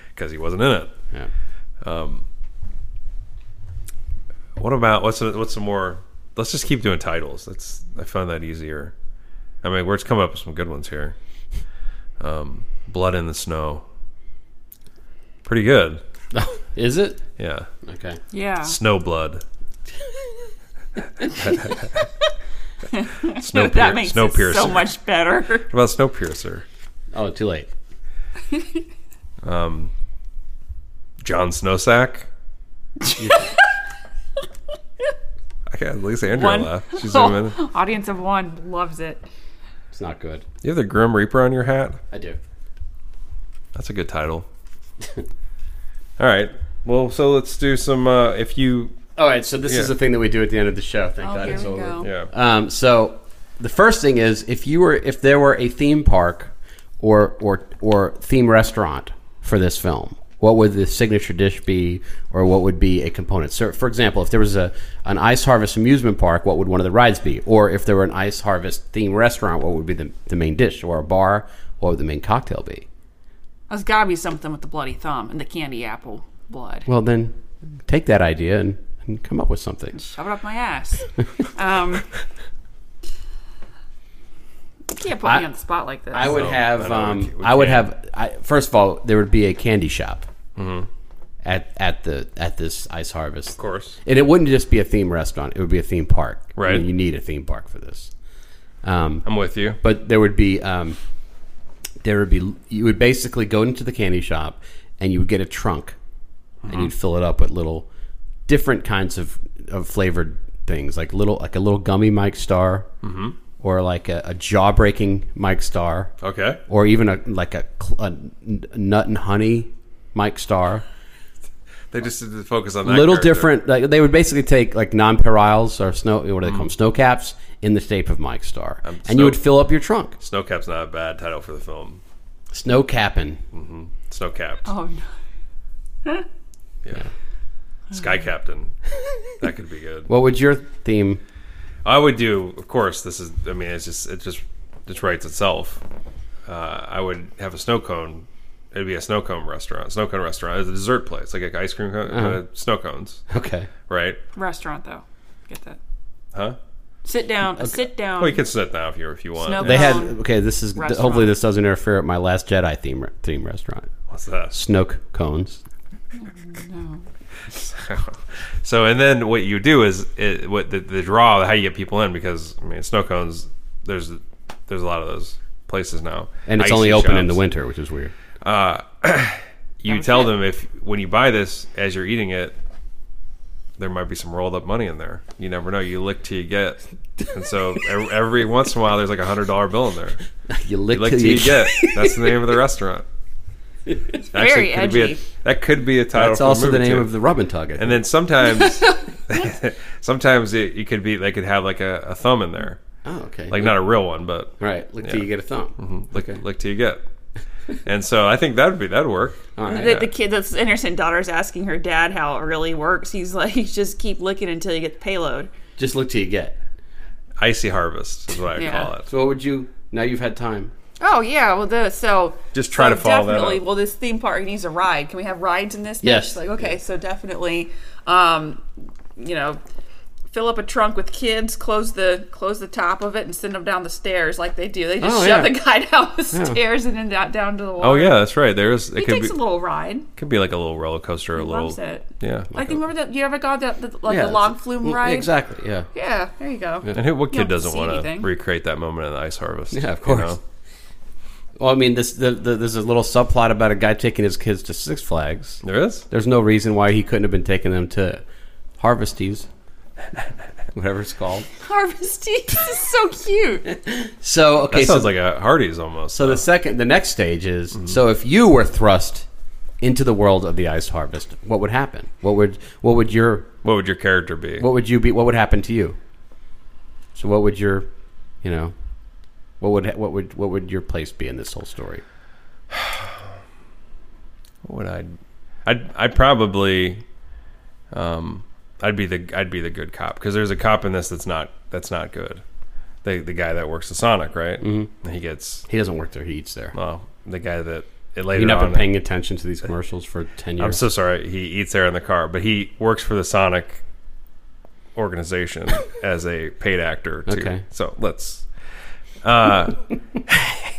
Speaker 4: because he wasn't in it. Um,
Speaker 3: Yeah.
Speaker 4: What about what's what's some more? Let's just keep doing titles. That's I found that easier. I mean, we're just coming up with some good ones here. Um, Blood in the Snow, pretty good.
Speaker 3: Is it
Speaker 4: Yeah,
Speaker 3: okay?
Speaker 5: Yeah.
Speaker 4: Snow Blood. Snow,
Speaker 5: that makes
Speaker 4: Snow
Speaker 5: it so much better.
Speaker 4: What about Snowpiercer?
Speaker 3: Oh, too late.
Speaker 4: John Snowsack. I got at least Andrea
Speaker 5: One.
Speaker 4: laugh. She's zooming. in.
Speaker 5: Audience of one loves it.
Speaker 3: It's not good.
Speaker 4: You have the Grim Reaper on your hat.
Speaker 3: I do.
Speaker 4: That's a good title. All right. Well, so let's do some. Uh, if you,
Speaker 3: All right, so this
Speaker 4: Yeah.
Speaker 3: is the thing that we do at the end of the show. Thank
Speaker 5: Oh,
Speaker 3: God
Speaker 5: here
Speaker 3: it's
Speaker 5: we
Speaker 3: over.
Speaker 5: go.
Speaker 4: yeah,
Speaker 3: Um, so the first thing is if you were if there were a theme park or or or theme restaurant for this film, what would the signature dish be, or what would be a component? So, for example, if there was a an Ice Harvest amusement park, what would one of the rides be? Or if there were an Ice Harvest theme restaurant, what would be the, the main dish or a bar? What would the main cocktail be?
Speaker 5: There's got to be something with the bloody thumb and the candy apple blood.
Speaker 3: Well, then take that idea and, and come up with something.
Speaker 5: Shove it up my ass. um, you can't put
Speaker 3: I-
Speaker 5: me on the spot like this.
Speaker 3: I would
Speaker 4: I
Speaker 3: have.
Speaker 4: know we
Speaker 3: um,
Speaker 4: ca- we
Speaker 3: I would
Speaker 4: can't.
Speaker 3: have. I, first of all, there would be a candy shop at at the at this ice harvest. Of
Speaker 4: Mm-hmm. course.
Speaker 3: and it wouldn't just be a theme restaurant; it would be a theme park. I mean,
Speaker 4: Right.
Speaker 3: you need a theme park for this. Um,
Speaker 4: I'm with you.
Speaker 3: but there would be um, there would be you would basically go into the candy shop and you would get a trunk
Speaker 4: Mm-hmm.
Speaker 3: and you'd fill it up with little different kinds of, of flavored things like little like a little gummy Mike Star
Speaker 4: Mm-hmm.
Speaker 3: or like a, a jaw breaking Mike Star
Speaker 4: Okay.
Speaker 3: or even a like a, cl- a n- nut and honey Mike Star
Speaker 4: They just did to focus on that
Speaker 3: little
Speaker 4: character.
Speaker 3: different. Like, they would basically take like nonpareils or snow what do they call
Speaker 4: Mm.
Speaker 3: them snow caps in the shape of Mike Star and
Speaker 4: snow-
Speaker 3: you would fill up your trunk
Speaker 4: Snowcap's not a bad title for the film.
Speaker 3: snow capping.
Speaker 4: Snowcap.
Speaker 5: Oh, no.
Speaker 4: Yeah. Sky Captain. that could be good.
Speaker 3: What would your theme?
Speaker 4: I would do, of course. This is, I mean, it's just, it just, just writes itself. Uh, I would have a snow cone. It'd be a snow cone restaurant. Snow cone restaurant. It's a dessert place, like an ice cream cone,
Speaker 3: Uh-huh.
Speaker 4: uh, snow cones,
Speaker 3: Okay.
Speaker 4: right?
Speaker 5: Restaurant, though. Get that.
Speaker 4: Huh?
Speaker 5: Sit down. A sit down.
Speaker 4: Well, you can sit now if you if you want.
Speaker 5: Snow
Speaker 3: They had
Speaker 5: Um,
Speaker 3: okay. This is
Speaker 5: restaurant.
Speaker 3: hopefully this doesn't interfere with my Last Jedi theme re- theme restaurant.
Speaker 4: What's that?
Speaker 3: Snoke cones.
Speaker 4: So, and then what you do is it, what the, the draw, how you get people in, because I mean, snow cones. There's there's a lot of those places now,
Speaker 3: And it's
Speaker 4: Icy
Speaker 3: only open in the
Speaker 4: shops.
Speaker 3: winter, which is weird.
Speaker 4: You tell them if when you buy this, as you're eating it, there might be some rolled up money in there. You never know. You lick till you get, and so every, every once in a while, there's like a hundred dollar bill in there.
Speaker 3: You lick,
Speaker 4: You lick
Speaker 3: till
Speaker 4: till you get. That's the name of the restaurant.
Speaker 5: Very
Speaker 4: could be a-
Speaker 5: edgy.
Speaker 4: that could be a title.
Speaker 3: That's
Speaker 4: for a
Speaker 3: also the
Speaker 4: movie,
Speaker 3: name
Speaker 4: too.
Speaker 3: of the rub and tug. I
Speaker 4: And
Speaker 3: think.
Speaker 4: then sometimes, sometimes it, you could be they could have like a, a thumb in there,
Speaker 3: oh, okay.
Speaker 4: like not a real one, but
Speaker 3: right. Lick till
Speaker 4: Yeah. Mm-hmm.
Speaker 3: you get a thumb.
Speaker 4: lick, lick till you get. And so I think that would be that'd work.
Speaker 3: All right.
Speaker 5: The, the kid, this innocent daughter's asking her dad how it really works. He's like, just keep licking until you get the payload.
Speaker 3: Just lick till you get.
Speaker 4: Icy harvest is what I
Speaker 5: Yeah.
Speaker 4: call it.
Speaker 3: So what would you? Now you've had time.
Speaker 5: Oh yeah, well the so
Speaker 4: Just try to
Speaker 5: so
Speaker 4: follow that
Speaker 5: definitely.
Speaker 4: up.
Speaker 5: Well, this theme park needs a ride. Can we have rides in this? bitch?
Speaker 3: Yes.
Speaker 5: Like okay, so definitely, um, you know, fill up a trunk with kids, close the close the top of it, and send them down the stairs like they do. They just
Speaker 3: Oh,
Speaker 5: shove
Speaker 3: yeah.
Speaker 5: the guy down the stairs and then down, down to the water.
Speaker 4: Oh yeah, that's right. There's it
Speaker 5: He
Speaker 4: could be
Speaker 5: takes a little ride.
Speaker 4: could be like a little roller coaster, a little
Speaker 5: Loves it.
Speaker 4: yeah.
Speaker 5: Like, remember that? You ever got that, the, like
Speaker 3: Yeah,
Speaker 5: the log
Speaker 3: it's-
Speaker 5: flume
Speaker 3: Mm,
Speaker 5: ride?
Speaker 3: Exactly. Yeah.
Speaker 5: Yeah, there you go.
Speaker 4: And who, what
Speaker 5: You don't
Speaker 4: kid doesn't
Speaker 5: see
Speaker 4: want to
Speaker 5: anything.
Speaker 4: recreate that moment in the ice harvest?
Speaker 3: Yeah, of
Speaker 4: you
Speaker 3: course. Well, I mean, this the, the, there's a little subplot about a guy taking his kids to Six Flags.
Speaker 4: There is.
Speaker 3: There's no reason why he couldn't have been taking them to Harvesties, whatever it's called.
Speaker 5: Harvesty, this is so cute.
Speaker 3: So okay,
Speaker 4: That sounds
Speaker 3: so,
Speaker 4: like a Hardee's almost.
Speaker 3: so the second, the next stage is so if you were thrust into the world of the ice harvest, what would happen? What would what would your
Speaker 4: what would your character be?
Speaker 3: what would you be? What would happen to you? So what would your, you know, what would what would what would your place be in this whole story?
Speaker 4: What would I? I'd I'd probably, um, I'd be the I'd be the good cop because there's a cop in this that's not that's not good. The the guy that works at Sonic, right? Mm-hmm. He gets
Speaker 3: He doesn't work there. He eats there.
Speaker 4: well. The guy that it
Speaker 3: You've
Speaker 4: later
Speaker 3: not been
Speaker 4: on.
Speaker 3: paying attention to these commercials for ten
Speaker 4: I'm
Speaker 3: years.
Speaker 4: so sorry. He eats there in the car, but he works for the Sonic organization as a paid actor too.
Speaker 3: Okay.
Speaker 4: So let's. Uh,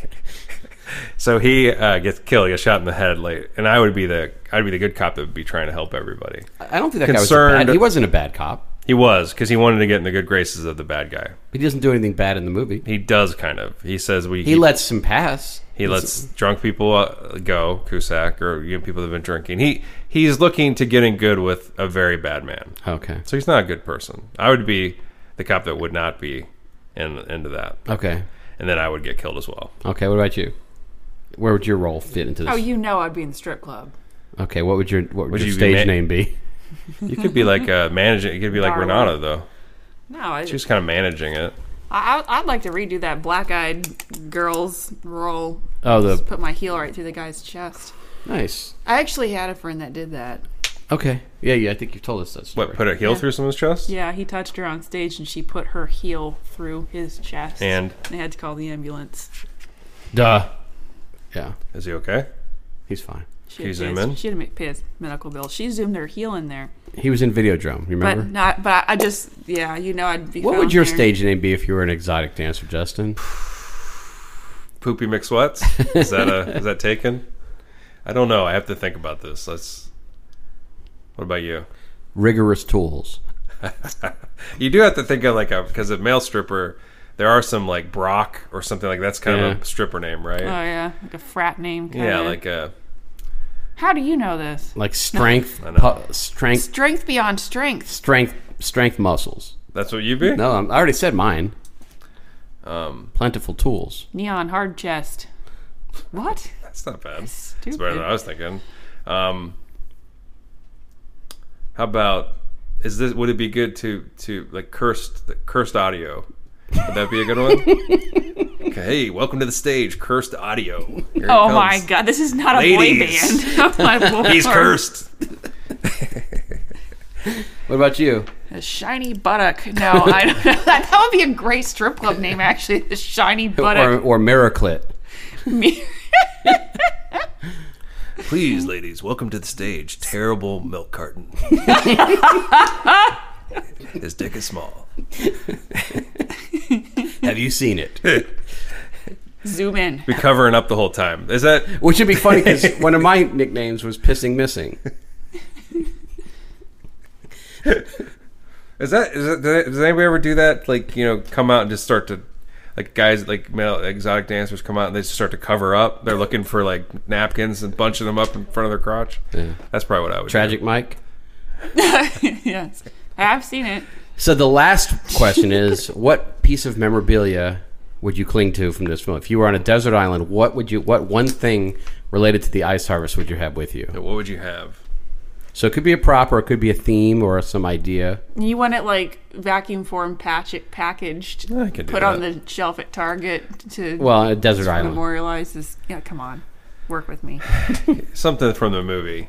Speaker 4: so he uh, gets killed. He gets shot in the head late, and I would be the I'd be the good cop that would be trying to help everybody.
Speaker 3: I don't think that guy was a
Speaker 4: concerned-
Speaker 3: bad. He wasn't a bad cop.
Speaker 4: He was because he wanted to get in the good graces of the bad guy.
Speaker 3: He doesn't do anything bad in the movie.
Speaker 4: He does kind of. He says we
Speaker 3: He lets him pass.
Speaker 4: He lets drunk people uh, go, Cusack, or you know, people that have been drinking. He he's looking to get in good with a very bad man.
Speaker 3: Okay.
Speaker 4: So he's not a good person. I would be the cop that would not be in, into that,
Speaker 3: Okay.
Speaker 4: and then I would get killed as well.
Speaker 3: Okay. What about you? Where would your role fit into this?
Speaker 5: Oh, you know I'd be in the strip club.
Speaker 3: okay. What would your what would,
Speaker 4: Would
Speaker 3: your
Speaker 4: you be
Speaker 3: stage
Speaker 4: ma-
Speaker 3: name be?
Speaker 4: You could be like uh, managing. You could be like
Speaker 5: Darwin.
Speaker 4: Renata though.
Speaker 5: No, I,
Speaker 4: She's kind of managing it.
Speaker 5: I, I- I'd like to redo that black-eyed girl's role.
Speaker 3: Oh,
Speaker 5: Just
Speaker 3: the
Speaker 5: put my heel right through the guy's chest.
Speaker 3: nice.
Speaker 5: I actually had a friend that did that.
Speaker 3: Okay. Yeah. Yeah. I think you've told us that story.
Speaker 4: What put a heel through someone's chest?
Speaker 5: Yeah, he touched her on stage and she put her heel through his chest.
Speaker 4: And?
Speaker 5: they had to call the ambulance.
Speaker 3: Duh. Yeah.
Speaker 4: Is he okay?
Speaker 3: He's fine.
Speaker 5: She
Speaker 4: Can you
Speaker 5: had,
Speaker 4: zoom
Speaker 5: pays-
Speaker 4: in?
Speaker 5: she had to make pay medical bill. She zoomed her heel in there,
Speaker 3: He was in Videodrome. You remember?
Speaker 5: but not. But I just, yeah, you know, I'd be.
Speaker 3: what
Speaker 5: found
Speaker 3: would your
Speaker 5: there.
Speaker 3: stage name be if you were an exotic dancer, Justin?
Speaker 4: Poopy McSweats? Is that a, is that taken? I don't know. I have to think about this. Let's. What about you?
Speaker 3: Rigorous tools.
Speaker 4: You do have to think of like a because a male stripper. There are some like Brock or something like that's kind of
Speaker 3: Yeah.
Speaker 4: a stripper name, right?
Speaker 5: Oh yeah, like a frat name. Kinda.
Speaker 4: yeah, like uh, a
Speaker 5: How do you know this?
Speaker 3: Like strength,
Speaker 4: know.
Speaker 3: pu- strength,
Speaker 5: Strength beyond strength.
Speaker 3: strength, strength muscles.
Speaker 4: that's what you be.
Speaker 3: No, I'm, I already said mine. Um, Plentiful tools.
Speaker 5: Neon hard chest. What?
Speaker 4: That's not bad. It's better than I
Speaker 5: Stupid.
Speaker 4: was thinking. Um, how about is this? Would it be good to to like cursed cursed audio? Would that be a good one? okay, hey, welcome to the stage, cursed audio. Here it
Speaker 5: Oh my
Speaker 4: comes.
Speaker 5: god, this is not
Speaker 4: Ladies.
Speaker 5: a boy band. Oh My lord.
Speaker 4: he's cursed.
Speaker 3: What about you?
Speaker 5: A shiny buttock. No, I don't know. That, that would be a great strip club name, actually. The shiny
Speaker 3: Or,
Speaker 5: buttock.
Speaker 3: or Miraclet.
Speaker 5: Me-
Speaker 4: Please, ladies, welcome to the stage. Terrible milk carton. His dick is small.
Speaker 3: Have you seen it?
Speaker 5: Zoom in.
Speaker 4: Be covering up the whole time. Is that
Speaker 3: Which would be funny because one of my nicknames was Pissing Missing.
Speaker 4: Is that is that does anybody ever do that? Like you know, come out and just start to like guys like male exotic dancers come out and they just start to cover up. They're looking for like napkins and bunching them up in front of their crotch.
Speaker 3: Yeah.
Speaker 4: That's probably what I would.
Speaker 3: Tragic Mike.
Speaker 5: yes. I've seen it.
Speaker 3: So the last question is what piece of memorabilia would you cling to from this film? If you were on a desert island, what would you what one thing related to the ice harvest would you have with you?
Speaker 4: Do. What would you have?
Speaker 3: So it could be a prop or it could be a theme or some idea.
Speaker 5: You want it like vacuum form patch it packaged.
Speaker 4: I could do
Speaker 5: put on
Speaker 4: that.
Speaker 5: the shelf at Target to
Speaker 3: Well, a desert island.
Speaker 5: memorialize this. Yeah, come on. Work with me.
Speaker 4: Something from the movie.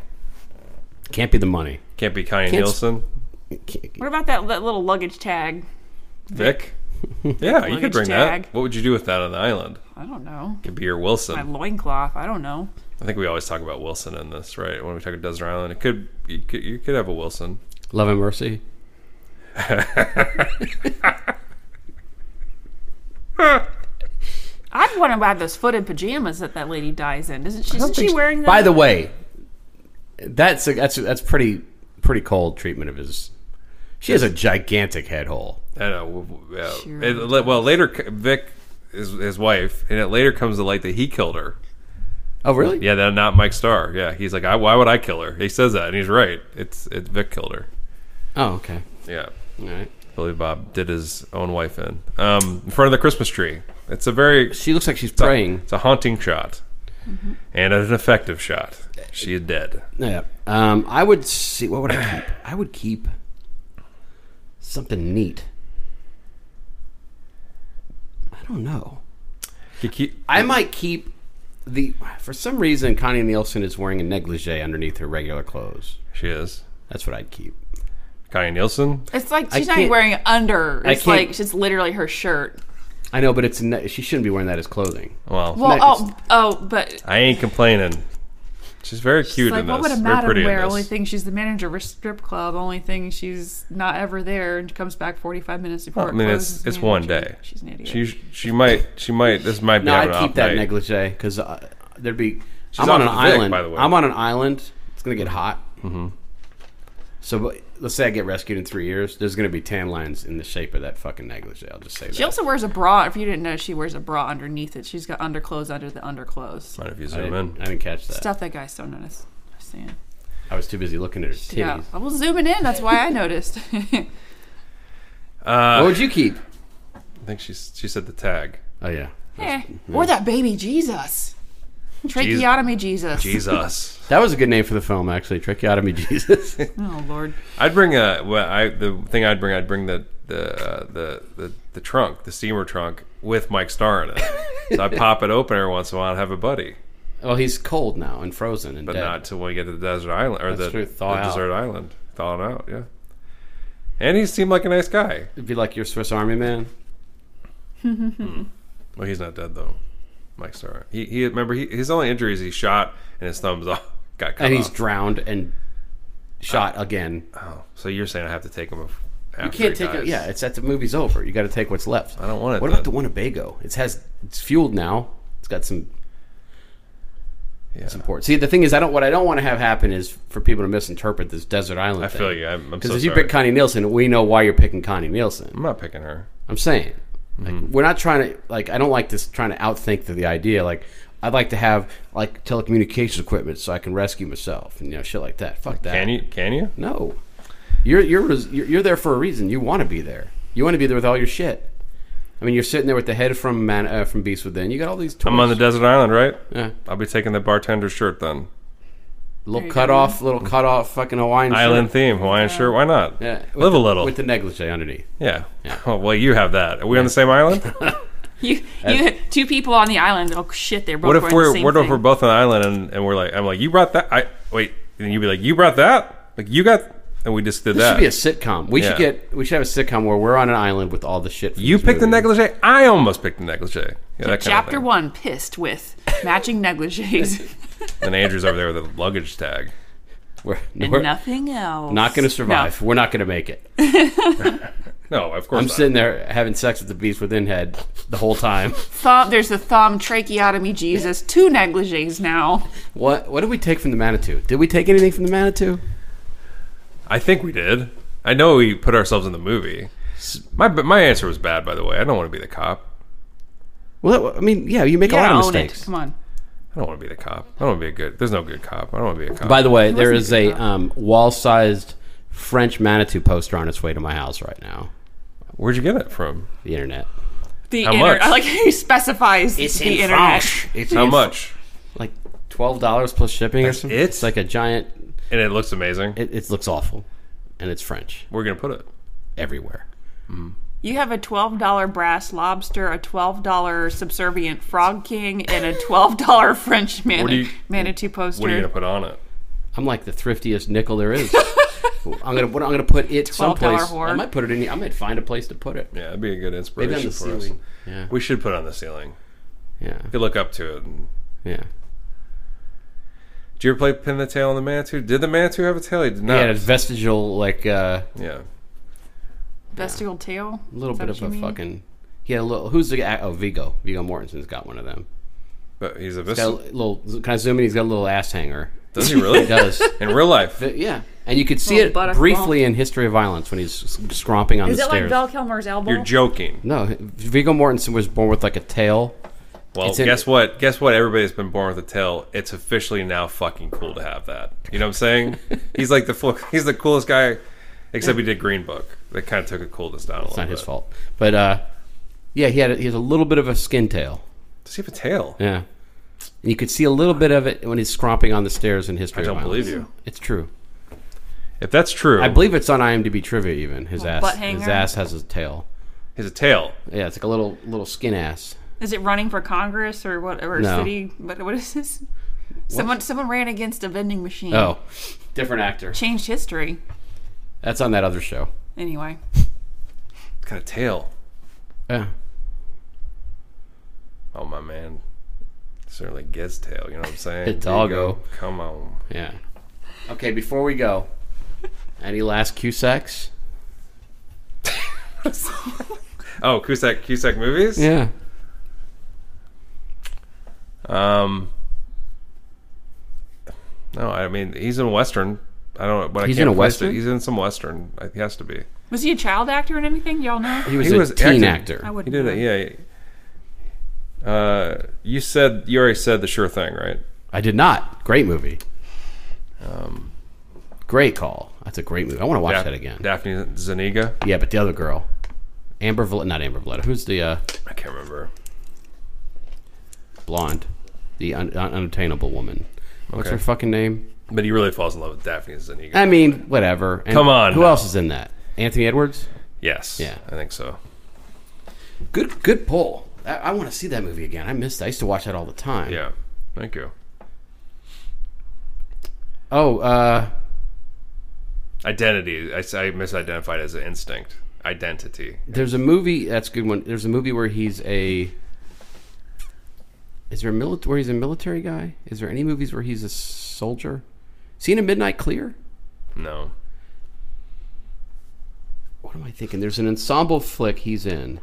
Speaker 3: Can't be the money.
Speaker 4: Can't be Kanye
Speaker 3: Can't s-
Speaker 4: Nielsen.
Speaker 5: What about that, that little luggage tag?
Speaker 4: Vic. Yeah, you could
Speaker 5: Luggage
Speaker 4: bring
Speaker 5: tag.
Speaker 4: that. What would you do with that on the island?
Speaker 5: I don't know.
Speaker 4: Could be your
Speaker 5: My
Speaker 4: Wilson.
Speaker 5: loincloth. I don't know.
Speaker 4: I think we always talk about Wilson in this, right? When we talk about Desert Island, it could you could, you could have a Wilson.
Speaker 3: Love and mercy.
Speaker 5: I'd want to buy those footed pajamas that that lady dies in. Isn't she,
Speaker 3: don't
Speaker 5: isn't she
Speaker 3: think so.
Speaker 5: wearing them?
Speaker 3: By the way, that's a, that's that's pretty pretty cold treatment of his. She has a gigantic head hole.
Speaker 4: I know. w- w- Yeah.
Speaker 5: Sure.
Speaker 4: It, le- well, later c- Vic, his, his wife, and it later comes to light that he killed her.
Speaker 3: Oh really?
Speaker 4: Yeah, that not Mike Starr. Yeah, he's like, I, why would I kill her? He says that, and he's right. It's it's Vic killed her.
Speaker 3: Oh okay.
Speaker 4: Yeah,
Speaker 3: All right.
Speaker 4: Billy Bob did his own wife in um, in front of the Christmas tree. It's a very it's
Speaker 3: She looks like she's
Speaker 4: a-
Speaker 3: praying.
Speaker 4: It's a haunting shot,
Speaker 5: Mm-hmm.
Speaker 4: and an effective shot. She is dead.
Speaker 3: Yeah. Um, I would see. What would I keep? I would keep something neat. I don't know.
Speaker 4: You keep-
Speaker 3: I might keep the. For some reason, Connie Nielsen is wearing a negligee underneath her regular clothes.
Speaker 4: she is.
Speaker 3: That's what I'd keep.
Speaker 4: Connie Nielsen.
Speaker 5: It's like
Speaker 3: I
Speaker 5: she's not
Speaker 3: can't-
Speaker 5: even wearing under.
Speaker 3: I
Speaker 5: It's
Speaker 3: can't-
Speaker 5: like it's literally her shirt.
Speaker 3: I know, but it's a ne- she shouldn't be wearing that as clothing.
Speaker 4: Well,
Speaker 5: Well,
Speaker 3: Next.
Speaker 5: oh, oh, but
Speaker 4: I ain't complaining. She's very cute
Speaker 5: it's like
Speaker 4: in
Speaker 5: what
Speaker 4: this.
Speaker 5: would a
Speaker 4: very
Speaker 5: madam
Speaker 4: pretty in
Speaker 5: wear?
Speaker 4: this.
Speaker 5: Only thing she's the manager of a strip club. Only thing she's not ever there and comes back forty five minutes before.
Speaker 4: I
Speaker 5: it
Speaker 4: mean, it's
Speaker 5: closes and
Speaker 4: it's one
Speaker 5: manager.
Speaker 4: day.
Speaker 5: She's an idiot.
Speaker 4: She she might she might this might be
Speaker 3: No,
Speaker 4: having
Speaker 3: I'd
Speaker 4: an
Speaker 3: keep
Speaker 4: off
Speaker 3: that
Speaker 4: night.
Speaker 3: negligee because uh, there'd be. I'm
Speaker 4: off
Speaker 3: on an
Speaker 4: the Vic,
Speaker 3: island.
Speaker 4: by the way.
Speaker 3: I'm on an island. It's gonna get hot. Mm-hmm. So but, let's say I get rescued in three years. There's gonna be tan lines in the shape of that fucking negligee. I'll just say that.
Speaker 5: She also wears a bra. If you didn't know, she wears a bra underneath it. She's got underclothes under the underclothes.
Speaker 4: Mind if you
Speaker 3: I
Speaker 4: zoom
Speaker 3: didn't, I
Speaker 4: in?
Speaker 3: didn't catch that.
Speaker 5: Stuff that guys don't notice. I'm just saying.
Speaker 3: I was too busy looking at her titties.
Speaker 5: Yeah, I was zooming in. That's why I noticed.
Speaker 4: Uh,
Speaker 3: What would you keep?
Speaker 4: I think she's she said the tag.
Speaker 3: Oh yeah,
Speaker 5: Eh, Or that baby Jesus. Tracheotomy Jesus.
Speaker 4: Jesus.
Speaker 3: that was a good name for the film actually. Tracheotomy Jesus.
Speaker 5: Oh, Lord.
Speaker 4: I'd bring a well, I the thing I'd bring I'd bring the the uh, the, the the trunk the steamer trunk with Mike Starr in it. so I pop it open every once in a while and have a buddy,
Speaker 3: well, he's cold now and frozen and
Speaker 4: but
Speaker 3: dead.
Speaker 4: not till we get to the desert island or
Speaker 3: That's
Speaker 4: the,
Speaker 3: true, thaw
Speaker 4: the
Speaker 3: out.
Speaker 4: desert island thawing out. Yeah, and he seemed like a nice guy.
Speaker 3: It'd be like your Swiss Army man.
Speaker 4: Well, he's not dead though. Mike Starr. He he remember he, his only injury is he shot and his thumbs off got cut
Speaker 3: and he's
Speaker 4: off.
Speaker 3: drowned and shot again.
Speaker 4: oh, so you're saying I have to take him? af-
Speaker 3: You
Speaker 4: After
Speaker 3: can't
Speaker 4: he
Speaker 3: take it.
Speaker 4: dies.
Speaker 3: Yeah, it's that the movie's over. You got to take what's left.
Speaker 4: I don't want it
Speaker 3: What
Speaker 4: then.
Speaker 3: about the Winnebago? It has it's fueled now. It's got some
Speaker 4: Yeah.
Speaker 3: port. See, the thing is, I don't. What I don't want to have happen is for people to misinterpret this desert island.
Speaker 4: I feel you. I'm, I'm
Speaker 3: Because
Speaker 4: so
Speaker 3: if you
Speaker 4: sorry.
Speaker 3: pick Connie Nielsen, we know why you're picking Connie Nielsen.
Speaker 4: I'm not picking her.
Speaker 3: I'm saying, like,
Speaker 4: Mm-hmm.
Speaker 3: we're not trying to like. I don't like this trying to outthink the, the idea. Like, I'd like to have like telecommunications equipment so I can rescue myself and you know shit like that. Fuck that.
Speaker 4: Can you? Can you?
Speaker 3: No, you're you're res- you're you're there for a reason. You want to be there. You want to be there with all your shit. I mean, you're sitting there with the head from Man- uh, from Beast Within. You got all these. Toys.
Speaker 4: I'm on the desert island, right?
Speaker 3: Yeah.
Speaker 4: I'll be taking the bartender's shirt then.
Speaker 3: little
Speaker 5: you
Speaker 3: cut off, little cut off, fucking Hawaiian
Speaker 4: Island
Speaker 3: Shirt.
Speaker 4: theme, Hawaiian shirt. Why not?
Speaker 3: Yeah, with
Speaker 4: Live
Speaker 3: the-
Speaker 4: a little.
Speaker 3: with the negligee underneath.
Speaker 4: yeah. Oh, well, you have that. Are we on the same island?
Speaker 5: You, you, two people on the island. Oh, shit. They're both
Speaker 4: what if
Speaker 5: wearing the
Speaker 4: we're
Speaker 5: same
Speaker 4: what if
Speaker 5: thing.
Speaker 4: we're both on the island and, and we're like I'm like you brought that I wait and you'd be like you brought that like you got and we just did
Speaker 3: This
Speaker 4: that.
Speaker 3: should be a sitcom. We should
Speaker 4: Yeah.
Speaker 3: get we should have a sitcom where we're on an island with all the shit. from
Speaker 4: you
Speaker 3: this
Speaker 4: picked the
Speaker 3: movie.
Speaker 4: negligee. I almost picked the negligee. Yeah, that kind
Speaker 5: Chapter
Speaker 4: of thing.
Speaker 5: one, pissed with matching negligees
Speaker 4: And Andrew's over there with a luggage tag.
Speaker 3: We're,
Speaker 5: and
Speaker 3: we're
Speaker 5: nothing else.
Speaker 3: not going to survive.
Speaker 5: No.
Speaker 3: We're not going to make it.
Speaker 4: No, of course
Speaker 3: I'm
Speaker 4: not.
Speaker 3: sitting there having sex with the Beast Within head the whole time.
Speaker 5: Thumb, there's the thumb tracheotomy Jesus. Two negligees now.
Speaker 3: what what did we take from the Manitou? Did we take anything from the Manitou?
Speaker 4: I think we did. I know we put ourselves in the movie. My my answer was bad, by the way. I don't want to be the cop.
Speaker 3: Well, I mean, yeah, you make
Speaker 5: You
Speaker 3: a lot
Speaker 5: gotta
Speaker 3: of
Speaker 5: own
Speaker 3: mistakes.
Speaker 5: it. Come on.
Speaker 4: I don't want to be the cop. I don't want to be a good. There's no good cop. I don't want to be a cop.
Speaker 3: By the way, there
Speaker 5: wasn't
Speaker 3: is
Speaker 5: a
Speaker 3: a
Speaker 5: good cop.
Speaker 3: um, wall-sized French Manitou poster on its way to my house right now.
Speaker 4: Where'd you get it from?
Speaker 3: The internet.
Speaker 5: The
Speaker 4: How
Speaker 5: internet.
Speaker 4: much?
Speaker 5: I like how you specifies the internet.
Speaker 3: It's
Speaker 4: How much?
Speaker 3: Like twelve dollars plus shipping or
Speaker 4: That's
Speaker 3: something.
Speaker 4: it?
Speaker 3: It's like a giant.
Speaker 4: And it looks amazing.
Speaker 3: It, it looks awful, and it's French
Speaker 4: We're gonna put it.
Speaker 3: everywhere.
Speaker 5: You have a twelve dollar brass lobster, a twelve dollar subservient frog king, and a twelve dollar French
Speaker 4: What do
Speaker 5: mani-
Speaker 4: you-
Speaker 5: manitou poster.
Speaker 4: What are you gonna put on it?
Speaker 3: I'm like the thriftiest nickel there is. I'm gonna. What, I'm gonna put it
Speaker 5: $12
Speaker 3: someplace.
Speaker 5: whore.
Speaker 3: I might put it in. I might find a place to put it.
Speaker 4: Yeah, that'd be a good
Speaker 3: Maybe
Speaker 4: inspiration
Speaker 3: on the
Speaker 4: for
Speaker 3: ceiling.
Speaker 4: us.
Speaker 3: Yeah.
Speaker 4: We should put it on the ceiling.
Speaker 3: Yeah.
Speaker 4: You could look up to it. And...
Speaker 3: Yeah.
Speaker 4: Did you ever play pin the tail on the manitou? Did the manitou have a tail? He did
Speaker 3: He
Speaker 4: not.
Speaker 3: had a vestigial like. Uh,
Speaker 4: yeah.
Speaker 5: Vestigial tail.
Speaker 3: A little
Speaker 5: Is that
Speaker 3: bit
Speaker 5: what
Speaker 3: of
Speaker 5: you
Speaker 3: a
Speaker 5: mean?
Speaker 3: fucking. He had a little. Who's the guy? Oh, Vigo. Vigo Mortensen's got one of them.
Speaker 4: But he's a
Speaker 3: Got a
Speaker 4: vessel.
Speaker 3: little. Can I zoom in? He's got a little ass hanger.
Speaker 4: Does he really?
Speaker 3: He does.
Speaker 4: In real life.
Speaker 3: But yeah, and you could see
Speaker 5: Little
Speaker 3: it
Speaker 5: buttock
Speaker 3: briefly in History of Violence when he's s- scromping on
Speaker 5: Is
Speaker 3: the
Speaker 5: it like
Speaker 3: stairs.
Speaker 5: Val Kilmer's elbow?
Speaker 4: You're joking.
Speaker 3: no, Vigo Mortensen was born with like a tail.
Speaker 4: Well,
Speaker 3: It's in-
Speaker 4: guess what? Guess what? Everybody's been born with a tail. It's officially now fucking cool to have that. You know what I'm saying? he's like the full, he's the coolest guy, except he did Green Book. That kind of took the coolness down a
Speaker 3: It's
Speaker 4: little
Speaker 3: not
Speaker 4: bit.
Speaker 3: his fault, but uh, yeah, he had a, he has a little bit of a skin tail.
Speaker 4: Does he have a tail?
Speaker 3: Yeah, and you could see a little bit of it when he's scromping on the stairs in History.
Speaker 4: I don't
Speaker 3: of Violence.
Speaker 4: believe you.
Speaker 3: It's true.
Speaker 4: If that's true,
Speaker 3: I believe it's on IMDb trivia. Even his ass,
Speaker 5: butt
Speaker 3: his
Speaker 5: hanger?
Speaker 3: ass has a tail.
Speaker 4: Has a tail.
Speaker 3: Yeah, it's like a little little skin ass.
Speaker 5: Is it running for Congress or what? Or
Speaker 3: No.
Speaker 5: city? What, what is this? Someone someone ran against a vending machine.
Speaker 3: Oh, different actor.
Speaker 5: Changed history.
Speaker 3: That's on that other show.
Speaker 5: Anyway,
Speaker 4: It's got a tail.
Speaker 3: Yeah.
Speaker 4: Oh my man, certainly gets tail. You know what I'm saying?
Speaker 3: A doggo.
Speaker 4: Come on.
Speaker 3: Yeah. Okay, before we go, any last Cusacks?
Speaker 4: Oh, Cusack Cusack movies.
Speaker 3: Yeah.
Speaker 4: Um. No, I mean he's in western. I don't. know, But
Speaker 3: He's
Speaker 4: I can't
Speaker 3: in a
Speaker 4: place it.
Speaker 3: Western?
Speaker 4: He's in some western. I- He has to be.
Speaker 5: was he a child actor in anything? Y'all know?
Speaker 3: He was
Speaker 4: He
Speaker 3: a
Speaker 4: was
Speaker 3: teen
Speaker 4: acting.
Speaker 3: actor.
Speaker 5: I
Speaker 4: He
Speaker 5: wouldn't.
Speaker 4: did
Speaker 5: know.
Speaker 4: it. Yeah. he- Uh, you said you already said the sure thing, right?
Speaker 3: I did not. Great movie. Um, great call. That's a great movie. I want to watch
Speaker 4: Dap-
Speaker 3: that again.
Speaker 4: Daphne Zaniga.
Speaker 3: Yeah, but the other girl, Amber, Valletta, not Amber Valletta. Who's the uh,
Speaker 4: I can't remember.
Speaker 3: blonde, the un- un- unattainable woman? What's
Speaker 4: Okay.
Speaker 3: her fucking name?
Speaker 4: But he really falls in love with Daphne Zaniga.
Speaker 3: I mean, whatever. And
Speaker 4: Come on
Speaker 3: Who
Speaker 4: now.
Speaker 3: else is in that? Anthony Edwards.
Speaker 4: yes.
Speaker 3: Yeah.
Speaker 4: I think so.
Speaker 3: Good, good pull. I, I want to see that movie again. I missed. I used to watch that all the time.
Speaker 4: Yeah. Thank you.
Speaker 3: Oh, uh,
Speaker 4: Identity. I, s- I misidentified as an instinct. Identity.
Speaker 3: There's a movie that's a good one. There's a movie where he's a. Is there a military where he's a military guy? Is there any movies where he's a soldier? Seen a Midnight Clear?
Speaker 4: No.
Speaker 3: What am I thinking? There's an ensemble flick he's in.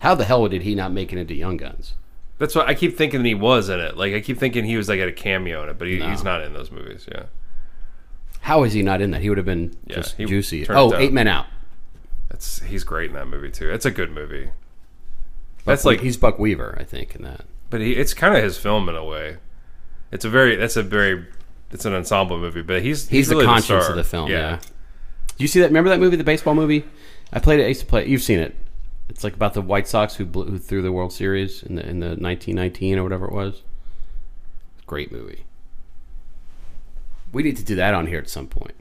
Speaker 3: How the hell did he not make it into Young Guns?
Speaker 4: That's what I keep thinking he was in it. Like I keep thinking he was like at a cameo in it, but he, he's not in those movies. Yeah.
Speaker 3: How is he not in that? He would have been
Speaker 4: Yeah,
Speaker 3: just
Speaker 4: he
Speaker 3: juicy.
Speaker 4: turned it
Speaker 3: Oh,
Speaker 4: down.
Speaker 3: Eight Men Out.
Speaker 4: That's he's great in that movie too. It's a good movie. That's
Speaker 3: Buck-
Speaker 4: like
Speaker 3: he's Buck Weaver, I think, in that.
Speaker 4: but he, it's kind of his film in a way. It's a very that's a very it's an ensemble movie, but he's
Speaker 3: He's,
Speaker 4: he's, really
Speaker 3: the conscience
Speaker 4: star.
Speaker 3: of the film. Yeah. Do you see that? Remember that movie, the baseball movie? I played it. I used to play. it. You've seen it. It's like about the White Sox who blew, who threw the World Series in the in the nineteen nineteen or whatever it was. Great movie. We need to do that on here at some point.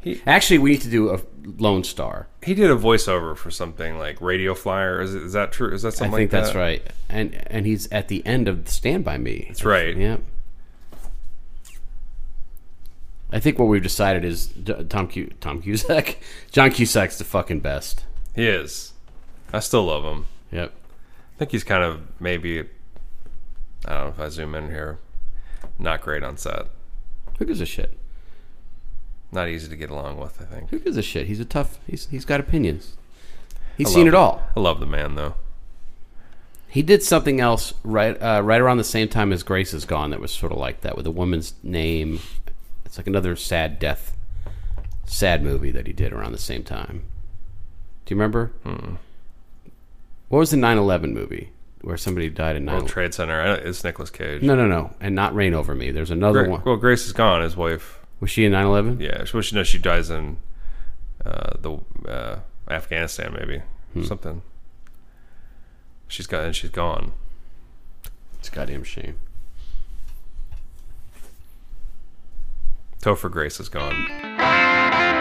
Speaker 4: He-
Speaker 3: Actually, we need to do a Lone Star.
Speaker 4: He did a voiceover for something like Radio Flyer. Is, it- is that true? Is that
Speaker 3: I
Speaker 4: something?
Speaker 3: think
Speaker 4: like
Speaker 3: that's
Speaker 4: that?
Speaker 3: right. And and he's at the end of Stand by Me.
Speaker 4: That's right.
Speaker 3: Yep. I think what we've decided is D- Tom Q Tom Cusack, John Cusack's the fucking best.
Speaker 4: He is. I still love him.
Speaker 3: Yep.
Speaker 4: I think he's kind of maybe. I don't know if I zoom in here. Not great on set.
Speaker 3: Who gives a shit?
Speaker 4: Not easy to get along with. I think.
Speaker 3: Who gives a shit? He's a tough. He's he's got opinions. He's
Speaker 4: I
Speaker 3: seen
Speaker 4: love
Speaker 3: it all.
Speaker 4: I love the man though.
Speaker 3: He did something else right uh, right around the same time as Grace is gone. That was sort of like that with a woman's name. It's like another sad death, sad movie that he did around the same time. Do you remember?
Speaker 4: Hmm.
Speaker 3: What was the 9/11 movie where somebody died in 9
Speaker 4: World Trade Center. I don't, it's Nicolas Cage.
Speaker 3: No, no, no, and not Rain Over Me. There's another
Speaker 4: Gra-
Speaker 3: one.
Speaker 4: well, Grace is gone. His wife.
Speaker 3: Was she in 9/11?
Speaker 4: Yeah, she, well, she knows she dies in uh, the uh, Afghanistan, maybe something. She's got and she's gone.
Speaker 3: It's a goddamn shame.
Speaker 4: Topher Grace is gone.